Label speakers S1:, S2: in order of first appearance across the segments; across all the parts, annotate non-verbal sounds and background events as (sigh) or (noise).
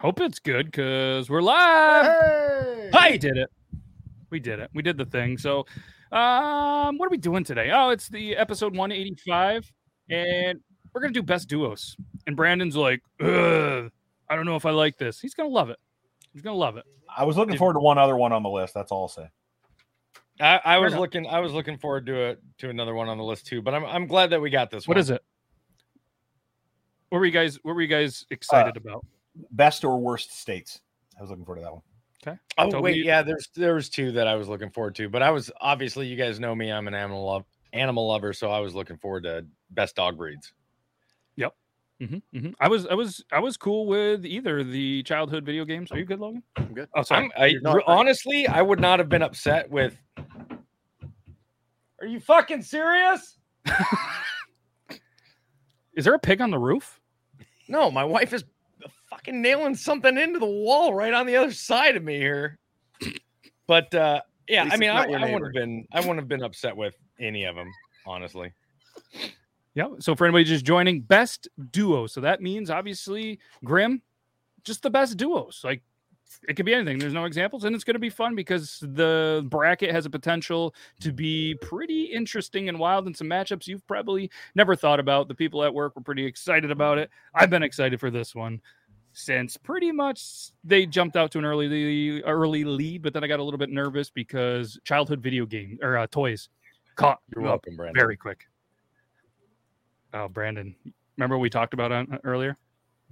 S1: Hope it's good because we're live.
S2: Hey!
S1: Hi, did it. We did it. We did the thing. So, um, what are we doing today? Oh, it's the episode 185, and we're gonna do best duos. And Brandon's like, Ugh, I don't know if I like this. He's gonna love it. He's gonna love it.
S2: I was looking forward to one other one on the list. That's all I'll say.
S3: I, I
S1: Fair
S3: was
S1: enough.
S3: looking. I was looking forward to it to another one on the list too. But I'm I'm glad that we got this.
S1: What
S3: one.
S1: is it? What were you guys? What were you guys excited about?
S2: Best or worst states. I was looking forward to that one.
S3: Oh
S1: Toby-
S3: wait, yeah. There's there's two that I was looking forward to. But I was obviously you guys know me. I'm an animal love animal lover, so I was looking forward to best dog breeds.
S1: Mhm, mhm. I was, I was, I was cool with either the childhood video games. Are you good, Logan?
S4: I'm good.
S1: Oh, sorry.
S3: I'm, I,
S4: You're not-
S3: honestly, I would not have been upset with. Are you fucking serious?
S1: Is there a pig on the roof?
S3: No, my wife is fucking nailing something into the wall right on the other side of me here. But uh yeah,
S4: At least
S3: I mean,
S4: it's
S3: I, I
S4: not your
S3: wouldn't
S4: neighbor.
S3: have been, I wouldn't have been upset with any of them, honestly.
S1: Yeah. So for anybody just joining, best duo. So that means obviously Grim, just the best duos. Like it could be anything. There's no examples, and it's going to be fun because the bracket has a potential to be pretty interesting and wild, and some matchups you've probably never thought about. The people at work were pretty excited about it. I've been excited for this one since pretty much they jumped out to an early early lead, but then I got a little bit nervous because childhood video game or uh, toys caught
S3: You're
S1: up
S3: welcome, Brandon.
S1: very quick. Oh, Brandon, remember what we talked about on earlier?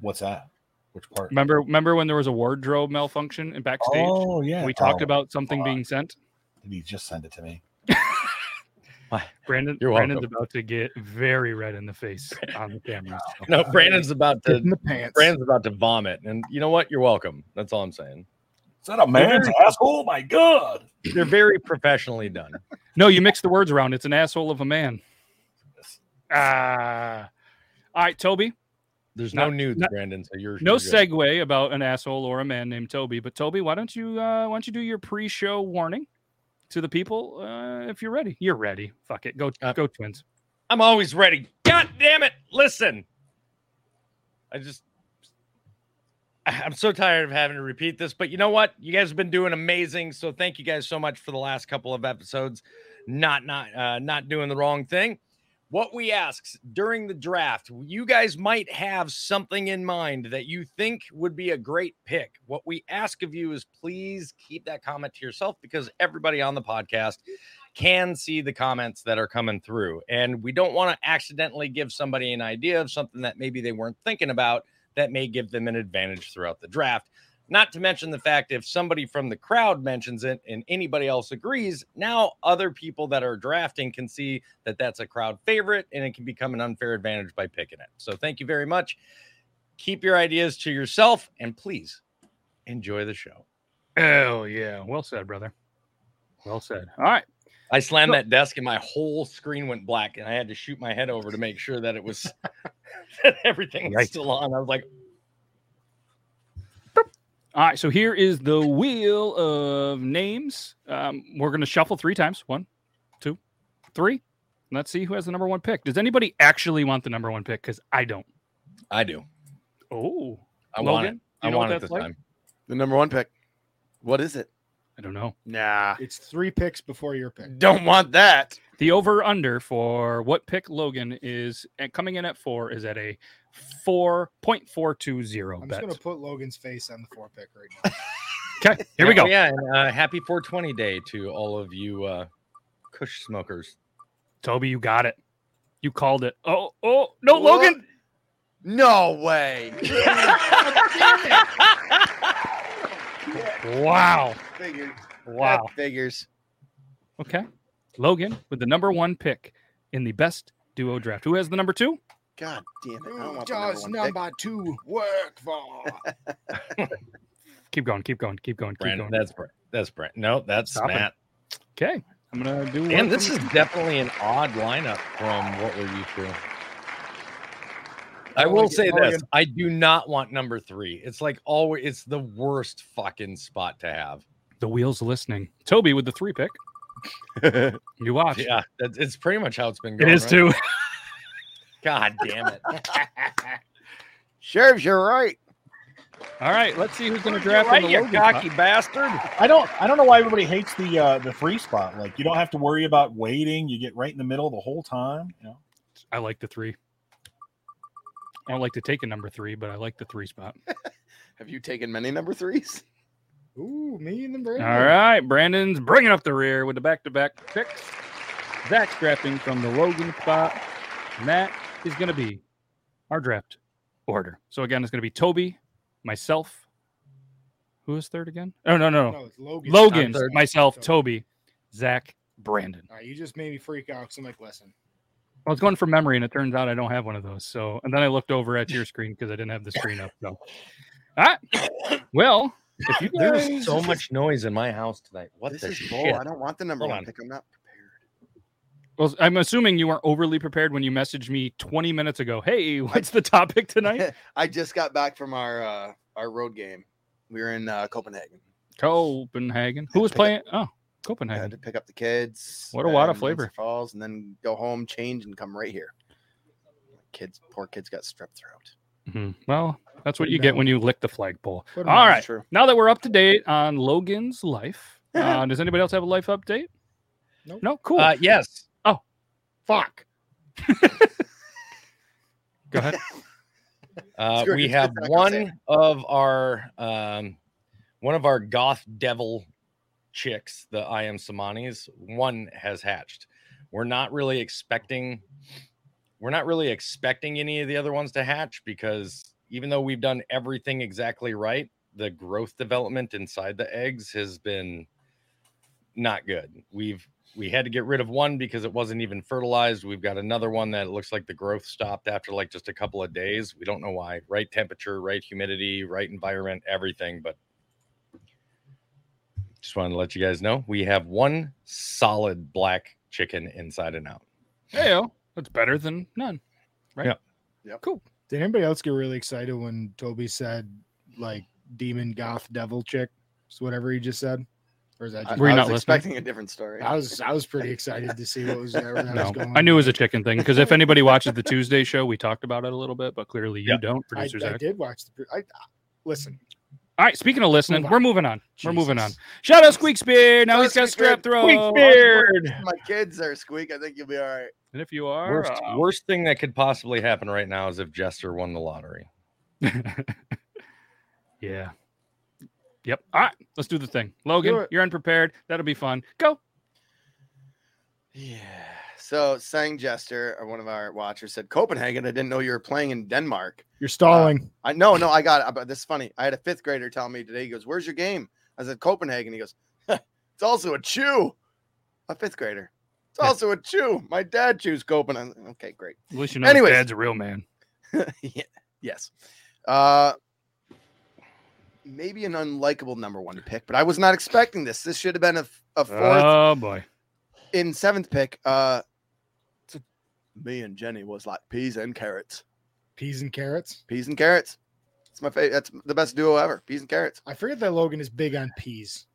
S2: What's that? Which part?
S1: Remember, remember when there was a wardrobe malfunction in backstage?
S2: Oh yeah.
S1: we talked
S2: Oh,
S1: about something
S2: uh,
S1: being sent.
S2: Did he just send it to me?
S1: Brandon,
S3: You're
S1: Brandon's about to get very red in the face on the camera.
S3: No, Brandon's about to,
S4: in the pants.
S3: Brandon's about to vomit, and you know what? You're welcome. That's all I'm saying.
S2: Is that a man's asshole? My God.
S3: They're very professionally done.
S1: No, you mixed the words around. It's an asshole of a man.
S2: Yes.
S1: Ah. all right, Toby.
S3: There's no
S1: Not-
S3: nudes,
S1: not-
S3: Brandon. So you're
S1: No
S3: you're good.
S1: segue about an asshole or a man named Toby, but Toby, why don't you uh, why don't you do your pre-show warning to the people uh, if you're ready? You're ready. Fuck it. Go
S3: Uh,
S1: go Twins.
S3: I'm always ready. God damn it. Listen. I just I- I'm so tired of having to repeat this, but you know what? You guys have been doing amazing. So thank you guys so much for the last couple of episodes. Not not uh not doing the wrong thing. What we ask during the draft, you guys might have something in mind that you think would be a great pick. What we ask of you is please keep that comment to yourself because everybody on the podcast can see the comments that are coming through. And we don't want to accidentally give somebody an idea of something that maybe they weren't thinking about that may give them an advantage throughout the draft. Not to mention the fact if somebody from the crowd mentions it and anybody else agrees, now other people that are drafting can see that that's a crowd favorite and it can become an unfair advantage by picking it. So thank you very much. Keep your ideas to yourself and please enjoy the show.
S1: Oh yeah, well said, brother. Well said. All right.
S3: I slammed
S1: No.
S3: that desk and my whole screen went black, and I had to shoot my head over to make sure that
S1: (laughs)
S3: it was (laughs) that everything was
S1: Yikes.
S3: still on. I was like,
S1: All right. So here is the wheel of names. Um, we're gonna shuffle three times. One, two, three. Let's see who has the number one pick. Does anybody actually want the number one pick? Because I don't.
S3: I do.
S1: Oh,
S3: I
S1: Logan,
S3: want it.
S1: you
S3: I
S1: know what
S3: want it
S1: that's
S3: this
S1: like?
S3: time.
S4: The number one pick. What is it?
S1: I don't know.
S4: Nah.
S5: It's three picks before your pick.
S4: Don't want that.
S1: The over under for what pick Logan is and coming in at four is at a four point four two zero
S5: I'm
S1: bet.
S5: just gonna put Logan's face on the four pick right now. (laughs)
S1: Okay, here we
S3: Yeah,
S1: go.
S3: oh, yeah, and uh, happy 420 day to all of you uh Kush smokers.
S1: Toby, you got it. You called it. Oh, oh no, Logan.
S4: No
S5: (laughs)
S4: way.
S1: (laughs) Wow.
S4: Figures.
S1: Wow.
S4: That figures.
S1: Okay. Logan with the number one pick in the best duo draft. Who has the number two?
S4: God damn it. I
S5: Who
S4: don't want the number
S5: does
S4: one
S5: Mm, number two work for? (laughs)
S1: Keep going, keep going, keep going, keep
S3: Brandon,
S1: going.
S3: that's Brent. That's Brent. No, that's
S1: Stop it.
S3: Matt.
S1: Okay. I'm gonna do one
S3: Damn, this
S1: from-
S3: is definitely an odd lineup from what we're used to. I
S5: Oh,
S3: will
S5: look at
S3: say this:
S5: Logan.
S3: I do not want number three. It's like always, it's the worst fucking spot to have.
S1: the wheels listening. Toby with the three pick.
S3: (laughs)
S4: pick.
S1: You (laughs) watch.
S3: Yeah, that's, it's pretty much how it's been
S1: it
S3: going.
S1: is
S3: right?
S1: two.
S3: God damn it!
S4: Sheriff, you're right.
S1: All right, let's see who's going to draft
S3: Right,
S1: in the
S3: you
S1: Logan
S3: cocky
S1: spot.
S3: bastard.
S2: I don't. I don't know why everybody hates the uh, the free spot. Like you don't have to worry about waiting. You get right in the middle the whole time. You know.
S1: I like the three. I don't like to take a number three, but I like the three spot.
S4: Have you taken many number threes?
S5: Ooh, me and the
S1: All
S5: Brady.
S1: right, Brandon's bringing up the rear with the back-to-back picks. Zach's drafting from the Logan spot, and that is going to be our draft order. So again, it's going to be Toby, myself. Who is third again? Oh no, no, no.
S5: No, it's Logan.
S1: Logan,
S3: third.
S1: myself, Toby, Zach, Brandon.
S5: All right, you just made me freak out. Cause I'm like, listen,
S1: I was going from memory, and it turns out I don't have one of those. So, and then I looked over at your screen because I didn't have the screen up. So, all right. Well, if you
S3: There's
S1: guys,
S3: so much noise in my house tonight. What
S4: this
S3: the
S4: is bull.
S3: shit?
S4: I don't want the number
S3: Hold
S4: one
S3: on.
S4: pick. I'm not prepared.
S1: well, I'm assuming you weren't overly prepared when you messaged me 20 minutes ago. Hey, (laughs) what's the topic tonight?
S4: I just got back from our uh, our road game. We were in uh, Copenhagen.
S1: Copenhagen. Who was playing? Oh,
S4: I had
S1: Copenhagen.
S4: to pick up the kids.
S1: What a wad of
S4: and
S1: flavor.
S4: Windsor Falls, and then go home, change, and come right here. Kids, poor kids got strep throat.
S1: Mhm. Well, that's what you get when you lick the flagpole.
S5: All
S1: All right.
S4: True.
S1: Now that we're up to date on Logan's life, uh, does anybody else have a life update?
S5: Nope.
S1: No. Cool.
S3: Uh, yes.
S1: Fuck. Go ahead.
S3: Uh,
S4: Screw it,
S3: we
S4: it's
S3: have
S4: not gonna say.
S3: one of our um, one of our goth devil chicks, the I am Samanis. One has hatched. We're not really expecting. We're not really expecting any of the other ones to hatch because even though we've done everything exactly right, the growth development inside the eggs has been not good. We've we had to get rid of one because it wasn't even fertilized. We've got another one that it looks like the growth stopped after like just a couple of days. We don't know why. Right temperature, right humidity, right environment, everything. But just wanted to let you guys know we have one solid black chicken inside and out.
S1: Hey, that's better than none.
S5: Did anybody else get really excited when Toby said like demon goth devil chick? So whatever he just said, or is that
S4: I,
S5: just?
S1: Were you
S4: I
S1: not
S4: was
S1: listening?
S4: expecting a different story.
S5: I was I was pretty excited to see what (laughs) was there. That was
S1: No,
S5: going
S1: I knew it was a chicken thing because if anybody watches the Tuesday show, we talked about it a little bit, but clearly you
S3: Yeah.
S1: don't,
S5: I,
S1: producer
S5: I
S1: Zach.
S5: did watch the. pre- I, I listen.
S1: All right, speaking of listening,
S5: Move on.
S1: we're moving on. We're moving on.
S5: Jesus.
S1: Shout out Squeaksbeard. Now
S4: Shout
S1: he's
S4: out
S1: got strep
S4: Squeaksbeard.
S1: throat.
S4: (laughs) My kids are squeak. I think you'll be all right.
S1: And if you are,
S3: Worst,
S1: uh,
S3: worst thing that could possibly happen right now is if Jester won the lottery.
S1: yeah. Yep. All right, let's do the thing. Logan,
S5: it.
S1: you're unprepared. That'll be fun. Go.
S4: Yeah. So Sang Jester, or one of our watchers, said Copenhagen. I didn't know you were playing in Denmark.
S5: You're stalling.
S4: I no, no, I got it. But this is funny. I had a fifth grader tell me today. He goes, "Where's your game?" I said, "Copenhagen." He goes, (laughs) "It's also a chew." A fifth grader. It's also a chew. My dad chews Copenhagen. Okay, great.
S1: At least you know his
S4: Anyways.
S1: dad's a real man.
S4: Ye- yes. Uh, maybe an unlikable number one pick, but I was not expecting this. This should have been a, f- a fourth
S1: Oh boy.
S4: in seventh pick. Uh, t- me and Jenny was like peas and carrots.
S5: peas and carrots.
S4: Peas and carrots. It's my favorite. That's the best duo ever. Peas and carrots.
S5: I forget that Logan is big on peas.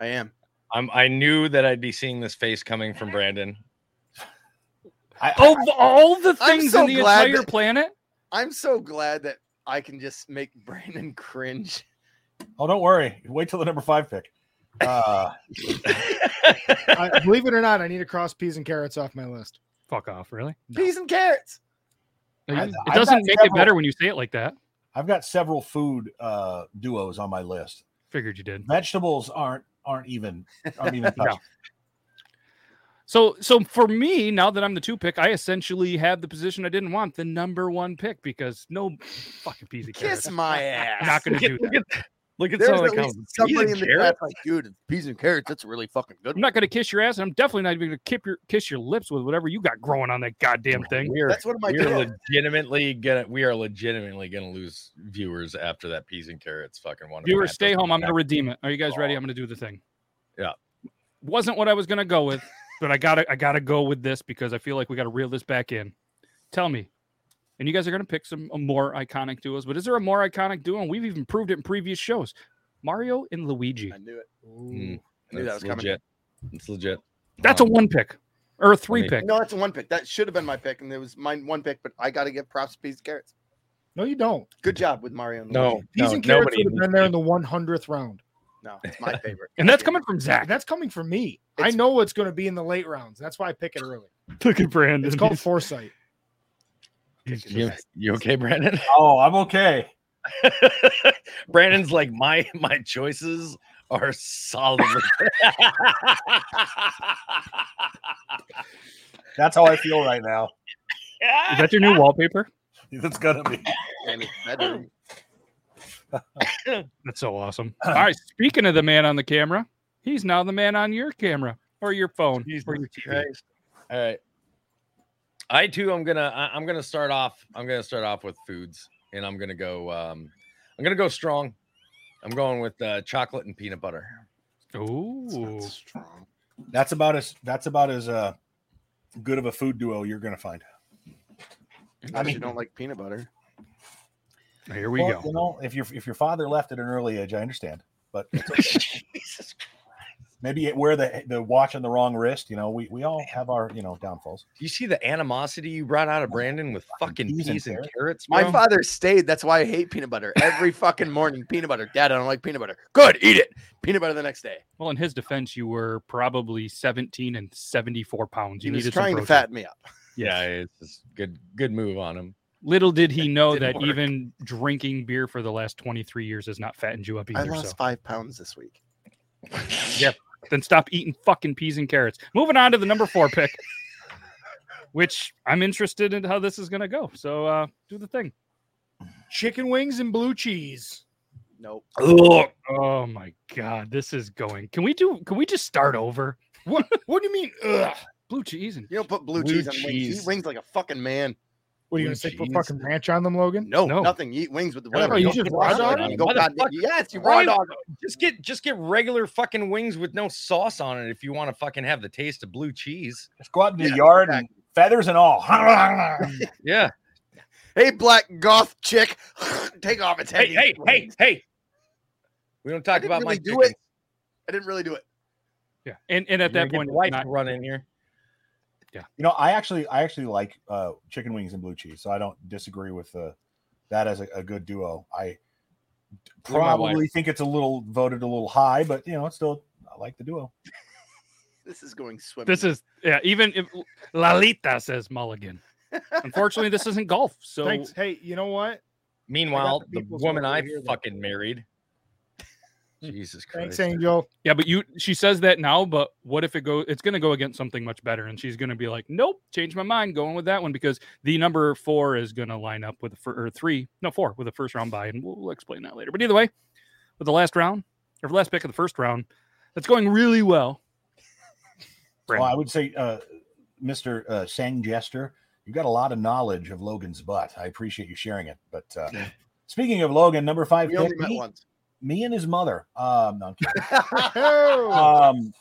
S4: I am.
S3: I'm, I knew that I'd be seeing this face coming from Brandon. (laughs)
S2: I, I-
S1: Of all the
S4: I'm
S1: things
S4: so
S1: on the
S4: glad
S1: entire
S4: that-
S1: planet,
S4: I'm so glad that I can just make (laughs) Brandon cringe.
S2: oh, don't worry. Wait till the number five pick. Uh,
S5: I, (laughs) believe it or not, I need to cross peas and carrots off my list.
S1: fuck off, really?
S4: Peas and carrots.
S2: I-
S1: it
S2: I've
S1: doesn't
S2: got
S1: make it
S2: several-
S1: better when you say it like that.
S2: I've got several food uh, duos on my list.
S1: Figured you did.
S2: Vegetables aren't aren't even aren't even
S1: No.
S2: touched.
S1: So, so for me, now that I'm the two pick, I essentially have the position I didn't want, the number one pick, because no fucking peasy carrots.
S4: Kiss my ass.
S1: I'm not going
S3: Look
S1: to
S3: at,
S1: do
S3: look
S1: that.
S3: at, look at
S4: There's
S3: some of
S4: at
S3: the
S4: least
S3: comments.
S4: somebody
S3: Peas
S4: in
S3: and
S4: the
S3: carrots?
S4: chat like, dude, peas and carrots. That's a really fucking good.
S1: I'm not going to kiss your ass, and I'm definitely not even going to kip your kiss your lips with whatever you got growing on that goddamn thing.
S3: We're,
S4: That's one of my
S3: we're
S4: duos.
S3: legitimately gonna we are legitimately gonna lose viewers after that peas and carrots fucking one.
S1: Viewers, stay home. I'm going to redeem it. Are you guys ready? I'm going to do the thing.
S3: Yeah.
S1: Wasn't what I was going to go with, but I got to I got to go with this because I feel like we got to reel this back in. Tell me. And you guys are going to pick some uh, more iconic duos, but is there a more iconic duo? And we've even proved it in previous shows. Mario and Luigi.
S4: I knew it.
S3: Mm.
S4: I knew that was coming.
S3: legit. It's legit. Um,
S1: That's a one pick or a three
S3: me.
S1: pick.
S4: No, that's a one pick. That should have been my pick, and it was my one pick. But I got to give props to peas and carrots.
S5: No, you don't.
S4: Good job with Mario. and
S3: No,
S4: Luigi.
S5: Peas
S3: no,
S5: and carrots
S3: nobody
S5: would have
S3: needs
S5: been there
S3: to
S5: in the 100th round.
S4: no,
S3: (laughs)
S4: it's my favorite.
S1: And that's coming from Zach.
S5: That's coming from me. I
S4: It's-
S5: know what's going to be in the late rounds. That's why I pick it early.
S1: Look at Brandon.
S5: It's
S3: (laughs)
S5: (laughs) called foresight.
S3: You, you okay, Brandon? (laughs)
S2: Oh, I'm okay.
S3: Brandon's like my my choices are (laughs) solidly.
S2: That's how I feel right now. (laughs)
S1: Is that your new wallpaper?
S2: It's gonna be.
S4: And it's better.
S1: That's so awesome. All right. Speaking of the man on the camera, he's now the man on your camera or your phone or your TV.
S3: Christ. All right. I too am gonna I- I'm gonna start off. I'm gonna start off with foods and I'm gonna go um I'm gonna go strong. I'm going with uh, chocolate and peanut butter.
S4: It's not
S1: Oh,
S4: strong.
S2: That's about as that's about as uh good of a food duo you're gonna find.
S4: I mean,
S2: mean-
S4: you don't like peanut butter.
S1: here we
S2: Well,
S1: go.
S2: You know, if your if your father left at an early age, I understand. But it's okay.
S3: Jesus
S2: maybe it wear the the watch on the wrong wrist. You know, we, we all have our you know downfalls.
S3: Do you see the animosity you brought out of Brandon with fucking peas and, carrots?
S4: My
S3: bro?
S4: father stayed. That's why I hate peanut butter. Every fucking morning, peanut butter. Dad, I don't like peanut butter. Good, eat it. Peanut butter the next day.
S1: Well, in his defense, you were probably 17 and 74 pounds.
S4: He
S1: You
S4: was
S1: needed
S4: trying
S1: some protein.
S4: to fatten me up.
S3: Yeah, it's just good good move on him.
S1: Little did he know that
S3: Didn't work.
S1: even drinking beer for the last 23 years has not fattened you up
S4: I
S1: either.
S4: lost
S1: So
S4: five pounds this week.
S1: then stop eating fucking peas and carrots. Moving on to the number four
S4: (laughs)
S1: pick, which I'm interested in how this is going to go. So uh, do the thing.
S5: Chicken wings and blue cheese.
S4: Nope.
S1: Oh my god, this is going. Can we do? Can we just start over?
S5: What? What do
S1: (laughs)
S5: you mean? Ugh.
S1: Blue cheese and
S4: You don't put blue,
S3: Blue
S4: cheese on wings. You
S3: cheese.
S4: Eat wings like a fucking man.
S5: What are
S3: Blue
S5: you going to say? Put
S3: cheese.
S5: fucking ranch on them, Logan?
S4: No,
S1: No.
S4: nothing. You eat wings with the
S3: No,
S4: whatever.
S5: you
S4: don't
S5: just
S4: put
S5: raw
S4: mustard
S5: dog
S4: on it.
S3: it?
S4: You Go
S3: Motherfucker.
S4: goddamn. Yes, you raw
S3: Why-
S4: dog.
S3: Just get just get regular fucking wings with no sauce on it if you want to fucking have the taste of blue cheese.
S2: Just go out in the
S4: Yeah,
S2: yard and feathers and all. (laughs)
S3: Yeah.
S4: Hey, black goth chick, (laughs) take off its head.
S3: Hey,
S4: and
S3: hey,
S4: eat
S3: hey,
S4: wings.
S3: hey. We don't
S4: I
S3: talk
S4: didn't
S3: about my
S4: really do
S3: chickens.
S4: it. I didn't really do it.
S1: yeah. And and at
S3: You're
S1: that
S3: gonna get
S1: point,
S3: the
S1: it's
S3: wife
S1: not-
S3: to run in here.
S2: You know, I actually I actually like uh, chicken wings and blue cheese, so I don't disagree with uh, that as a, a good duo. I
S3: You're my wife.
S2: probably think it's a little voted a little high, but you know, it's still I like the duo.
S4: This is going swimming.
S1: this is yeah. Even if Lalita says Mulligan. Unfortunately, this isn't golf. So
S5: Thanks. Hey, you know what?
S3: Meanwhile,
S5: the
S3: the,
S5: people's
S3: woman
S5: over
S3: I
S5: here that-
S3: fucking (laughs) married. Jesus Christ.
S5: Thanks,
S3: (laughs)
S5: Angel.
S1: yeah, but you she says that now. But what if it go? It's going to go against something much better, and she's going to be like, "Nope, change my mind, going with that one because the number four is going to line up with the fir- or three, no four with the first round by, and we'll, we'll explain that later. But either way, with the last round or the last pick of the first round, that's going really well.
S2: Well,
S1: Brandon.
S2: I would say, uh, Mister uh, Sang Jester, you got a lot of knowledge of Logan's butt. I appreciate you sharing it. But uh, speaking of Logan, number five,
S4: We only
S2: pick,
S4: met
S2: me,
S4: once.
S2: me and his mother. Um, no, I'm kidding.
S5: Oh,
S2: um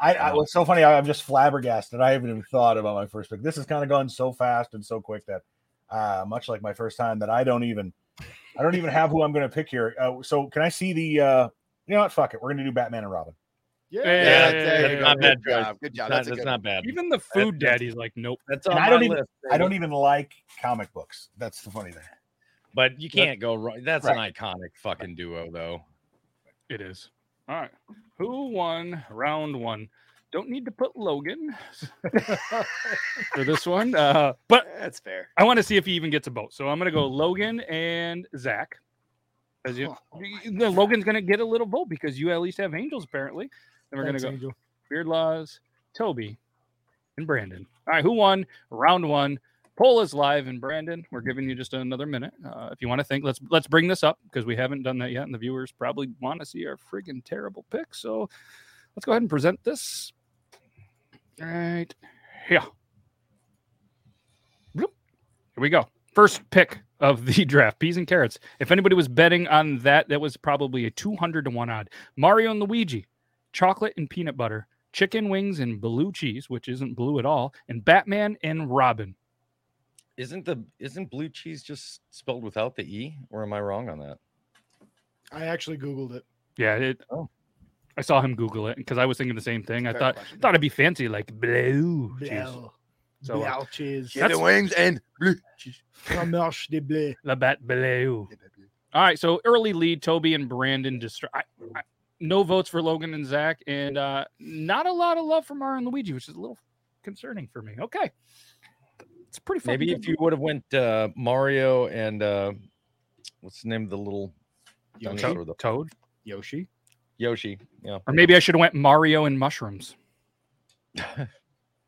S2: I, I what's so funny I, i'm just flabbergasted i haven't even thought about my first pick this has kind of gone so fast and so quick that uh much like my first time that i don't even i don't even have who i'm going to pick here uh, so can i see the uh you know what fuck it we're going to do batman and robin
S5: yeah.
S1: Yeah,
S4: Yeah,
S1: yeah,
S4: there
S1: yeah,
S4: you
S1: yeah, yeah.
S4: go.
S3: Not bad
S4: Good job. Good job.
S3: Not-
S4: That's
S3: That's
S4: a good
S3: not bad.
S1: Even the food
S3: that's-
S1: daddy's like, nope.
S3: That's
S2: And
S3: on
S2: I don't
S3: my
S2: even-
S3: list.
S2: i don't even like comic books that's the funny thing
S3: But you can't go wrong. That's an iconic fucking duo, though.
S1: It is. All right. Who won round one? Don't need to put Logan (laughs) for this one. (laughs) Uh, but
S4: That's fair.
S1: I want to see if he even gets a vote. So I'm going to go Logan and Zach. As you,
S5: Oh
S1: the- Logan's going to get a little vote because you at least have angels, apparently. Then we're going to
S5: Thanks,
S1: go
S5: Angel.
S1: Beard Laws, Toby, and Brandon. All right. Who won round one? Poll is live, and Brandon, we're giving you just another minute. Uh, if you want to think, let's let's bring this up because we haven't done that yet, and the viewers probably want to see our friggin' terrible pick. So let's go ahead and present this. All right, yeah. Bloop. Here we go. First pick of the (laughs) draft: peas and carrots. If anybody was betting on that, that was probably a two hundred to one odd. Mario and Luigi, chocolate and peanut butter, chicken wings and blue cheese, which isn't blue at all, and Batman and Robin.
S3: Isn't the isn't blue cheese just spelled without the e? Or am I wrong on that?
S5: I actually Googled it.
S1: Yeah, it.
S3: Oh.
S1: I saw him Google it because I was thinking the same thing. I
S4: Fair
S1: thought
S4: question.
S3: Oh,
S1: thought it'd be fancy like blue. cheese.
S5: Bell.
S1: So uh,
S5: Belches.
S1: That's-
S4: the wings and blue.
S5: Fromage de blé.
S1: La Bat Beleu. All right, so early lead, Toby and Brandon. Distra- I, I, no votes for Logan and Zach, and uh, not a lot of love for Mario and Luigi, which is a little concerning for me. Okay, it's pretty. fucking
S3: Maybe
S1: good.
S3: if you would have went uh, Mario and uh, what's the name of the little dinosaur?
S1: Toad,
S3: though?
S1: Toad,
S5: Yoshi.
S3: Yoshi. Yeah.
S1: or maybe I should have went Mario and
S3: (laughs)
S1: mushrooms.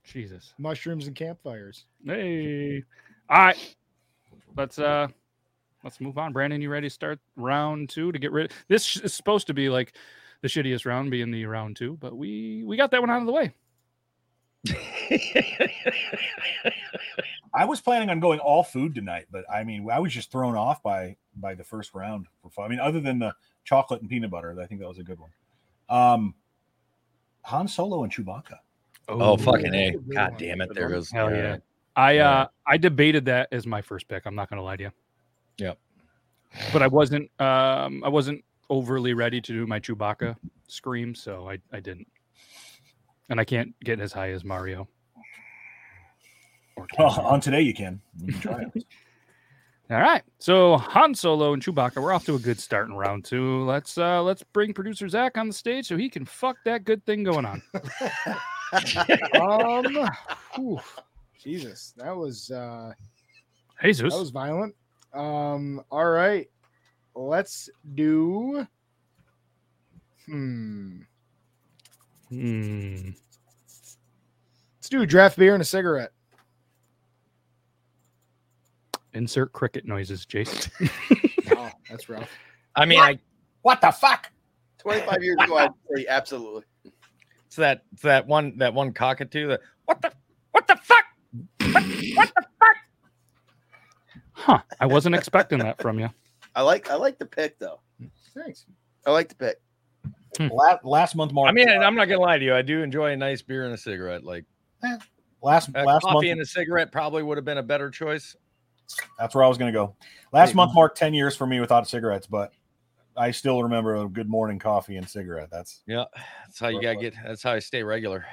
S1: Jesus.
S5: Mushrooms and campfires.
S1: Hey. All right. Let's uh let's move on. Brandon, you ready to start round two to get rid this sh- is supposed to be like the shittiest round being the round two, but we we got that one out of the way.
S2: I was planning on going all food tonight, but I mean, I was just thrown off by by the first round. for fun. I mean, other than the chocolate and peanut butter, I think that was a good one. Um, Han Solo and Chewbacca.
S3: oh fucking a!
S5: that's a good
S3: God
S5: one.
S3: damn it! There goes.
S1: Hell yeah.
S3: uh,
S1: I
S3: Yeah.
S1: uh I debated that as my first pick. I'm not gonna lie to you.
S3: Yep.
S1: But I wasn't um I wasn't overly ready to do my Chewbacca scream, so I, I didn't. And I can't get as high as Mario. Or
S2: Well, (laughs)
S1: Cassian.
S2: on today you can. You can try it.
S1: All right. So Han Solo and Chewbacca, we're off to a good start in round two. Let's uh let's bring producer Zach on the stage so he can fuck that good thing going on.
S5: Um, whew, Jesus, that was uh,
S1: Jesus.
S5: that was violent. Um, all right, let's do. Hmm.
S1: Hmm.
S5: Let's do a draft beer and a
S4: (laughs)
S5: cigarette.
S1: Insert cricket noises, Jason. (laughs)
S5: Wow, that's rough.
S3: I mean, I,
S2: (laughs) what the fuck?
S4: 25 years ago, I'd say absolutely.
S3: it's that it's that one that one cockatoo. That what the what the fuck?
S1: Huh. I wasn't expecting that from you.
S4: I like I like the pick though.
S5: Thanks.
S4: I like the pick.
S2: Last, last month, Mark.
S3: I mean, I'm not gonna lie to you. I do enjoy a nice beer and a cigarette. Like
S2: last
S3: a
S2: last
S3: uh, coffee
S2: month.
S3: and a cigarette probably would have been a better choice.
S2: that's where I was going to go. Last month marked ten years for me without cigarettes, but I still remember a good morning coffee and cigarette. That's
S3: Yeah, that's how you gotta get. That's how I stay regular.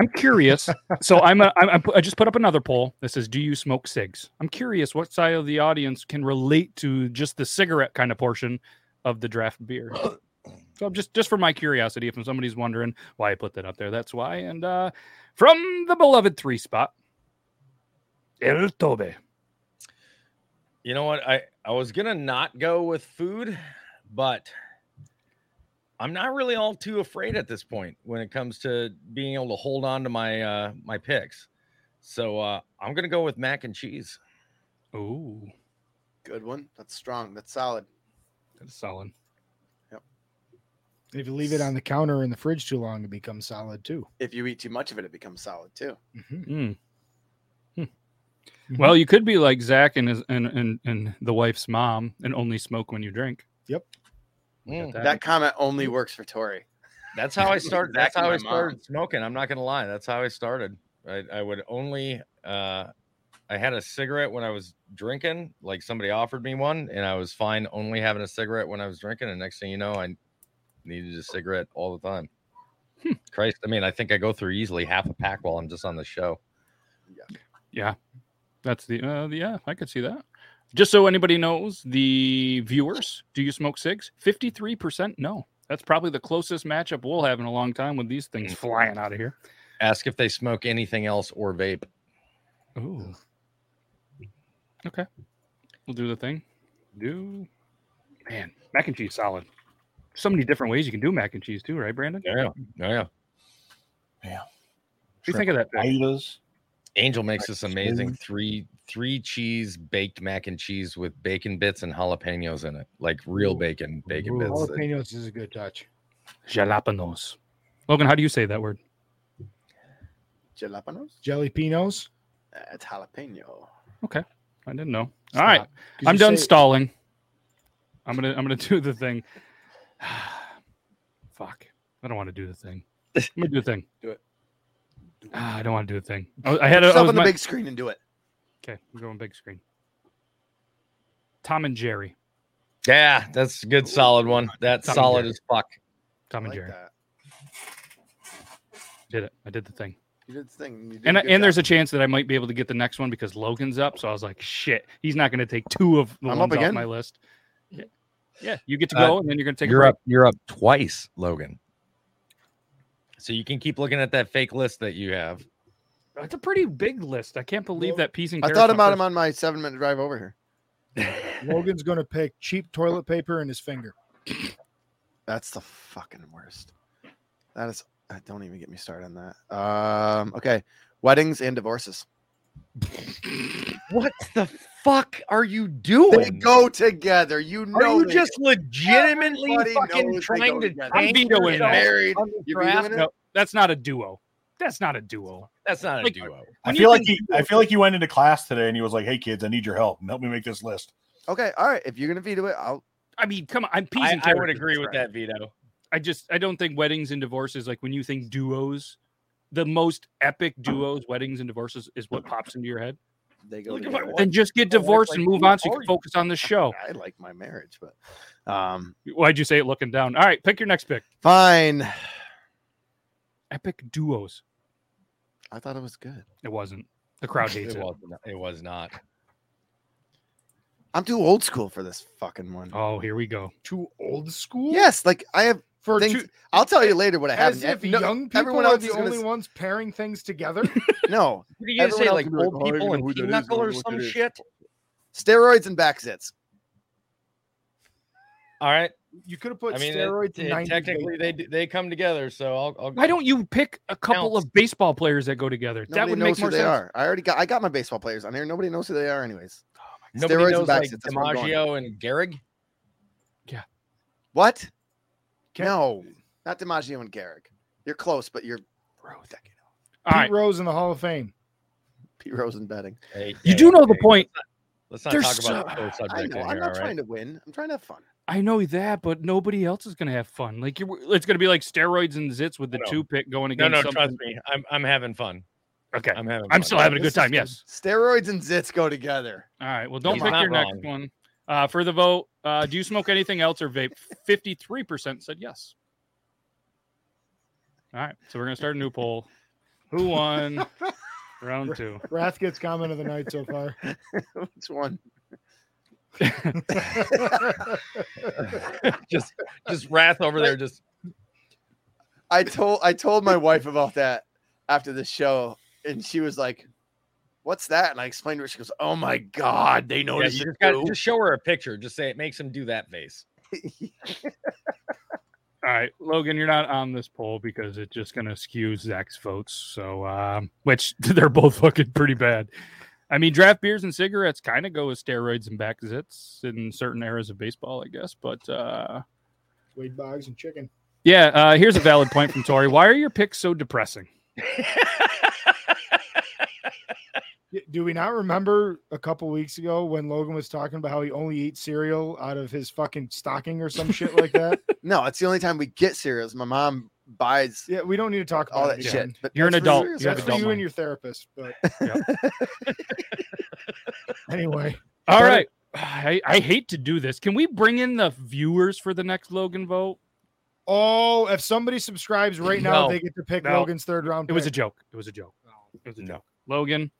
S1: I'm curious. So I'm a, I'm, I'm pu- I just put up another poll that says, "Do you smoke cigs?" I'm curious what side of the audience can relate to just the cigarette kind of portion of the draft beer. So just just for my curiosity, if somebody's wondering why I put that up there, that's why. And uh, from the beloved three spot, El Tobe.
S3: You know what? I I was gonna not go with food, but I'm not really all too afraid at this point when it comes to being able to hold on to my uh my picks. So uh I'm gonna go with mac and cheese.
S1: Oh,
S4: Good one. That's strong. That's solid.
S1: that's solid.
S5: If you leave it on the counter in the fridge too long, it becomes solid too.
S4: If you eat too much of it, it becomes solid too.
S5: Mhm.
S1: Mm. Hmm.
S5: Mhm.
S1: Well, you could be like Zach and his and, and and the wife's mom and only smoke when you drink.
S2: Hmm.
S1: We got
S3: Mm,
S4: That comment only works for Tori.
S3: that's how I started. That's
S4: Back to
S3: how
S4: my
S3: I started smoking. I'm not gonna lie. That's how I started. I, I would only uh I had a cigarette when I was drinking, like somebody offered me one, and I was fine only having a cigarette when I was drinking. And next thing you know, I needed a cigarette all the time. Christ, I mean, I think I go through easily half a pack while I'm just on the show.
S1: Yeah, that's the uh, the- yeah. I could see that. Just so anybody knows, the viewers, do you smoke cigs? Fifty three percent, no. That's probably the closest matchup we'll have in a long time with these things flying out of here.
S3: Ask if they smoke anything else or vape.
S1: Ooh. Okay, we'll do the thing. Do man mac and cheese solid. So many different ways you can do mac and cheese too, right, Brandon?
S3: Yeah, yeah, yeah.
S1: What do you think of that? Vic?
S2: Aidas.
S3: Angel makes this amazing three three cheese baked mac and cheese with bacon bits and jalapenos in it, like real bacon bacon
S1: Ooh.
S3: bits.
S5: Jalapenos is a good touch.
S1: Jalapenos. Logan, how do you say that word?
S4: Jalapenos?
S5: Jalapenos.
S4: Uh, It's jalapeno.
S1: I didn't know.
S5: Stop.
S1: All right.
S5: 'Cause
S1: I'm
S5: you
S1: done
S5: say-
S1: stalling. I'm gonna I'm gonna do the thing. (sighs) Fuck. I don't want to do the thing. I'm gonna do the thing.
S4: (laughs) Do it.
S1: Ah, I don't want to do the thing. I, I had a I
S4: Stop
S1: was
S4: on the
S1: my-
S4: big screen and do it.
S1: Okay, I'm going big screen. Tom and Jerry.
S3: Yeah, that's a good solid one. That's
S1: Tom and
S3: solid
S1: Jerry.
S3: as fuck.
S1: Tom
S4: I
S1: and
S4: like
S1: Jerry.
S4: that.
S1: Did it. I did the thing.
S4: You did the thing. and you did
S1: And,
S4: a
S1: I-
S4: good
S1: and there's
S4: job.
S1: a chance that I might be able to get the next one because Logan's up. So I was like, shit, he's not going to take two of the
S4: I'm up
S1: ones off
S4: again.
S1: my list. Yeah. yeah, you get to
S3: Uh,
S1: go, and then you're going to take a
S3: you're
S1: break.
S3: up. You're up twice, Logan. So you can keep looking at that fake list that you have.
S1: It's a pretty big list. I can't believe that piece and
S4: I
S1: carrots
S4: thought
S1: went
S4: about
S1: first.
S4: him on my seven minute drive over here.
S5: Logan's going to pick cheap toilet paper and his finger.
S4: That's the fucking worst. That is. uh, Don't even get me started on that. Um. Okay. Weddings and divorces.
S3: What the fuck are you
S4: They
S3: doing?
S4: go together. You know.
S3: Are you
S4: they
S3: just legitimately
S4: Everybody
S3: fucking
S4: knows they go
S3: trying to
S4: together.
S1: I'm
S3: tank
S1: vetoing
S4: get
S1: that.
S3: yourself
S4: married.
S3: on the
S4: You
S3: draft?
S4: doing it?
S1: No, (laughs) that's not a duo. That's not a duo.
S3: That's not a
S1: Like,
S3: duo.
S2: I
S1: When you
S2: feel like
S1: think
S2: he. I feel like he went into class today and he was like, "Hey kids, I need your help. Help me make this list."
S4: Okay. All right. If you're gonna veto it, I'll.
S1: I mean, come on. I'm peas
S3: I,
S1: and
S3: I
S1: carrots
S3: would
S1: at
S3: agree
S1: this
S3: with
S1: point.
S3: that veto.
S1: I just I don't think weddings and divorces like when you think duos, the most epic duos, weddings and divorces, is what pops into your head.
S4: They go.
S1: Look at
S4: together.
S1: what- Then just get
S4: My wife
S1: divorced
S4: like,
S1: and move
S4: "Who
S1: on so you
S4: are
S1: can
S4: you?"
S1: focus on the show.
S4: I like my marriage, but um,
S1: Why'd you say it looking down? All right, pick your next pick.
S4: fine.
S1: Epic duos.
S4: I thought it was good.
S1: It wasn't. The
S4: (laughs)
S1: crowd hates
S3: It
S1: it.
S3: was, not, it was not.
S4: I'm too old school for this fucking one.
S1: Oh, here we go.
S5: Too old school.
S4: Yes, like I have
S5: For
S4: things.
S5: two,
S4: I'll tell you later what I
S5: as
S4: haven't.
S5: if
S4: no,
S5: young people
S4: everyone
S5: are
S4: else
S5: the
S4: is gonna
S5: only
S4: s-
S5: ones pairing things together.
S4: no
S3: What are you gonna
S4: Everyone
S3: say?
S4: else
S3: Like
S4: would be like,
S3: old
S4: "Oh, I don't
S3: people
S4: know
S3: and
S4: who that is. I
S3: pinochle
S4: don't
S3: or
S4: know what
S3: some
S4: that is."
S3: shit?
S4: steroids and back zits.
S3: All right.
S5: You could have put
S3: I mean, it-
S5: steroids.
S3: it-
S5: in 90s
S3: technically they d- they come together. So I'll. I'll
S1: Why don't you pick a couple
S3: Counts.
S1: of baseball players that go together?
S4: Nobody
S1: that would
S4: knows
S1: make more
S4: who
S1: sense.
S4: they are. I already got. I got my baseball players on here. Nobody knows who they are, anyways.
S3: nobody
S4: steroids and
S3: knows like
S4: Baxter, that's where I'm going.
S3: DiMaggio and Gehrig?
S4: What?
S5: Can-
S4: No, not DiMaggio and Garrick. You're close, but you're bro. That kid.
S1: All
S5: Pete
S1: right.
S5: Rose in the Hall of Fame.
S4: Pete Rosen betting.
S3: Hey,
S1: You
S3: hey,
S1: do know the
S3: hey,
S1: point.
S3: Let's not
S1: There's
S3: talk about
S1: so-
S3: the whole
S4: I
S3: subject
S4: know.
S3: in
S4: I'm
S3: here.
S4: not
S3: All right.
S4: trying to win. I'm trying to have fun.
S1: I know that, but nobody else is going to have fun. Like you're, it's going to be like steroids and zits with the
S3: No.
S1: two pick going
S3: No,
S1: against.
S3: no,
S1: something.
S3: trust me. I'm I'm having fun.
S1: Okay,
S3: I'm having.
S1: I'm
S3: fun.
S1: still having a
S5: This
S1: good
S5: is
S1: time.
S5: good.
S1: Yes.
S4: Steroids and zits
S1: (laughs)
S4: go together.
S1: All right. Well, don't
S3: He's
S1: pick
S3: not
S1: your
S3: wrong.
S1: next one. Uh, for the vote, uh, do you smoke anything else or vape? Fifty-three percent said yes. All right. So we're gonna start a new poll. Who
S3: (laughs)
S1: won round two?
S5: Rathkett's comment of the night so
S4: (laughs)
S5: far.
S4: Which one?
S3: just just wrath over there.
S4: (laughs)
S3: Just
S4: I told I told my wife about that after the show, and she was like, "What's that?" And I explained to her. She goes, "Oh my god, they
S3: yeah, you
S4: noticed
S3: just,
S4: it
S3: gotta,
S4: too."
S3: just show her a picture. Just say it makes him do that face.
S1: All right, Logan, you're not on this poll because it's just gonna skew Zach's votes. So, um, which (laughs) they're both fucking pretty bad. I mean, draft beers and cigarettes kind of go with steroids and back zits in certain eras of baseball, I guess. But uh,
S5: Wade Boggs and chicken.
S1: yeah, uh, here's a valid point from Tori. Why are your picks so depressing?
S5: Y- Do we not remember a couple weeks ago when Logan was talking about how he only eats cereal out of his fucking stocking or some shit like
S4: (laughs)
S5: that?
S4: no, it's the only time we get cereals. My mom buys
S5: Yeah, we don't need to talk about
S4: all that
S5: it
S4: shit.
S5: again.
S4: But
S1: You're an
S4: that's for
S1: adult.
S4: cereals.
S1: You have
S5: That's
S1: adult
S5: for
S4: That's
S5: you
S1: mind.
S5: and your therapist.
S4: (laughs)
S5: But
S1: Yeah.
S5: (laughs) anyway,
S1: All
S5: Tori-
S1: right, I, I hate to do this. Can we bring in the viewers for the next Logan vote?
S5: oh, if somebody subscribes right now,
S3: No.
S5: they get to pick
S1: No.
S5: Logan's third round.
S1: It was a
S5: pick.
S1: joke. It was a joke. It was a
S3: No.
S1: joke. Logan,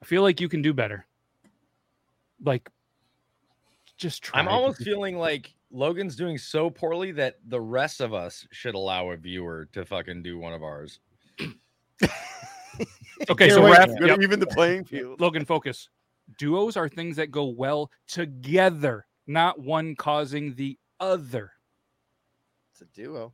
S1: I feel like you can do better. Like, just try.
S3: I'm almost feeling like Logan's doing so poorly that the rest of us should allow a viewer to fucking do one of ours.
S1: okay.
S5: You're
S1: So,
S5: right.
S1: Raph,
S5: Yeah.
S4: Good,
S1: yep.
S4: Even the playing field.
S1: Logan, focus. Duos are things that go well together, not one causing the other.
S4: It's a duo.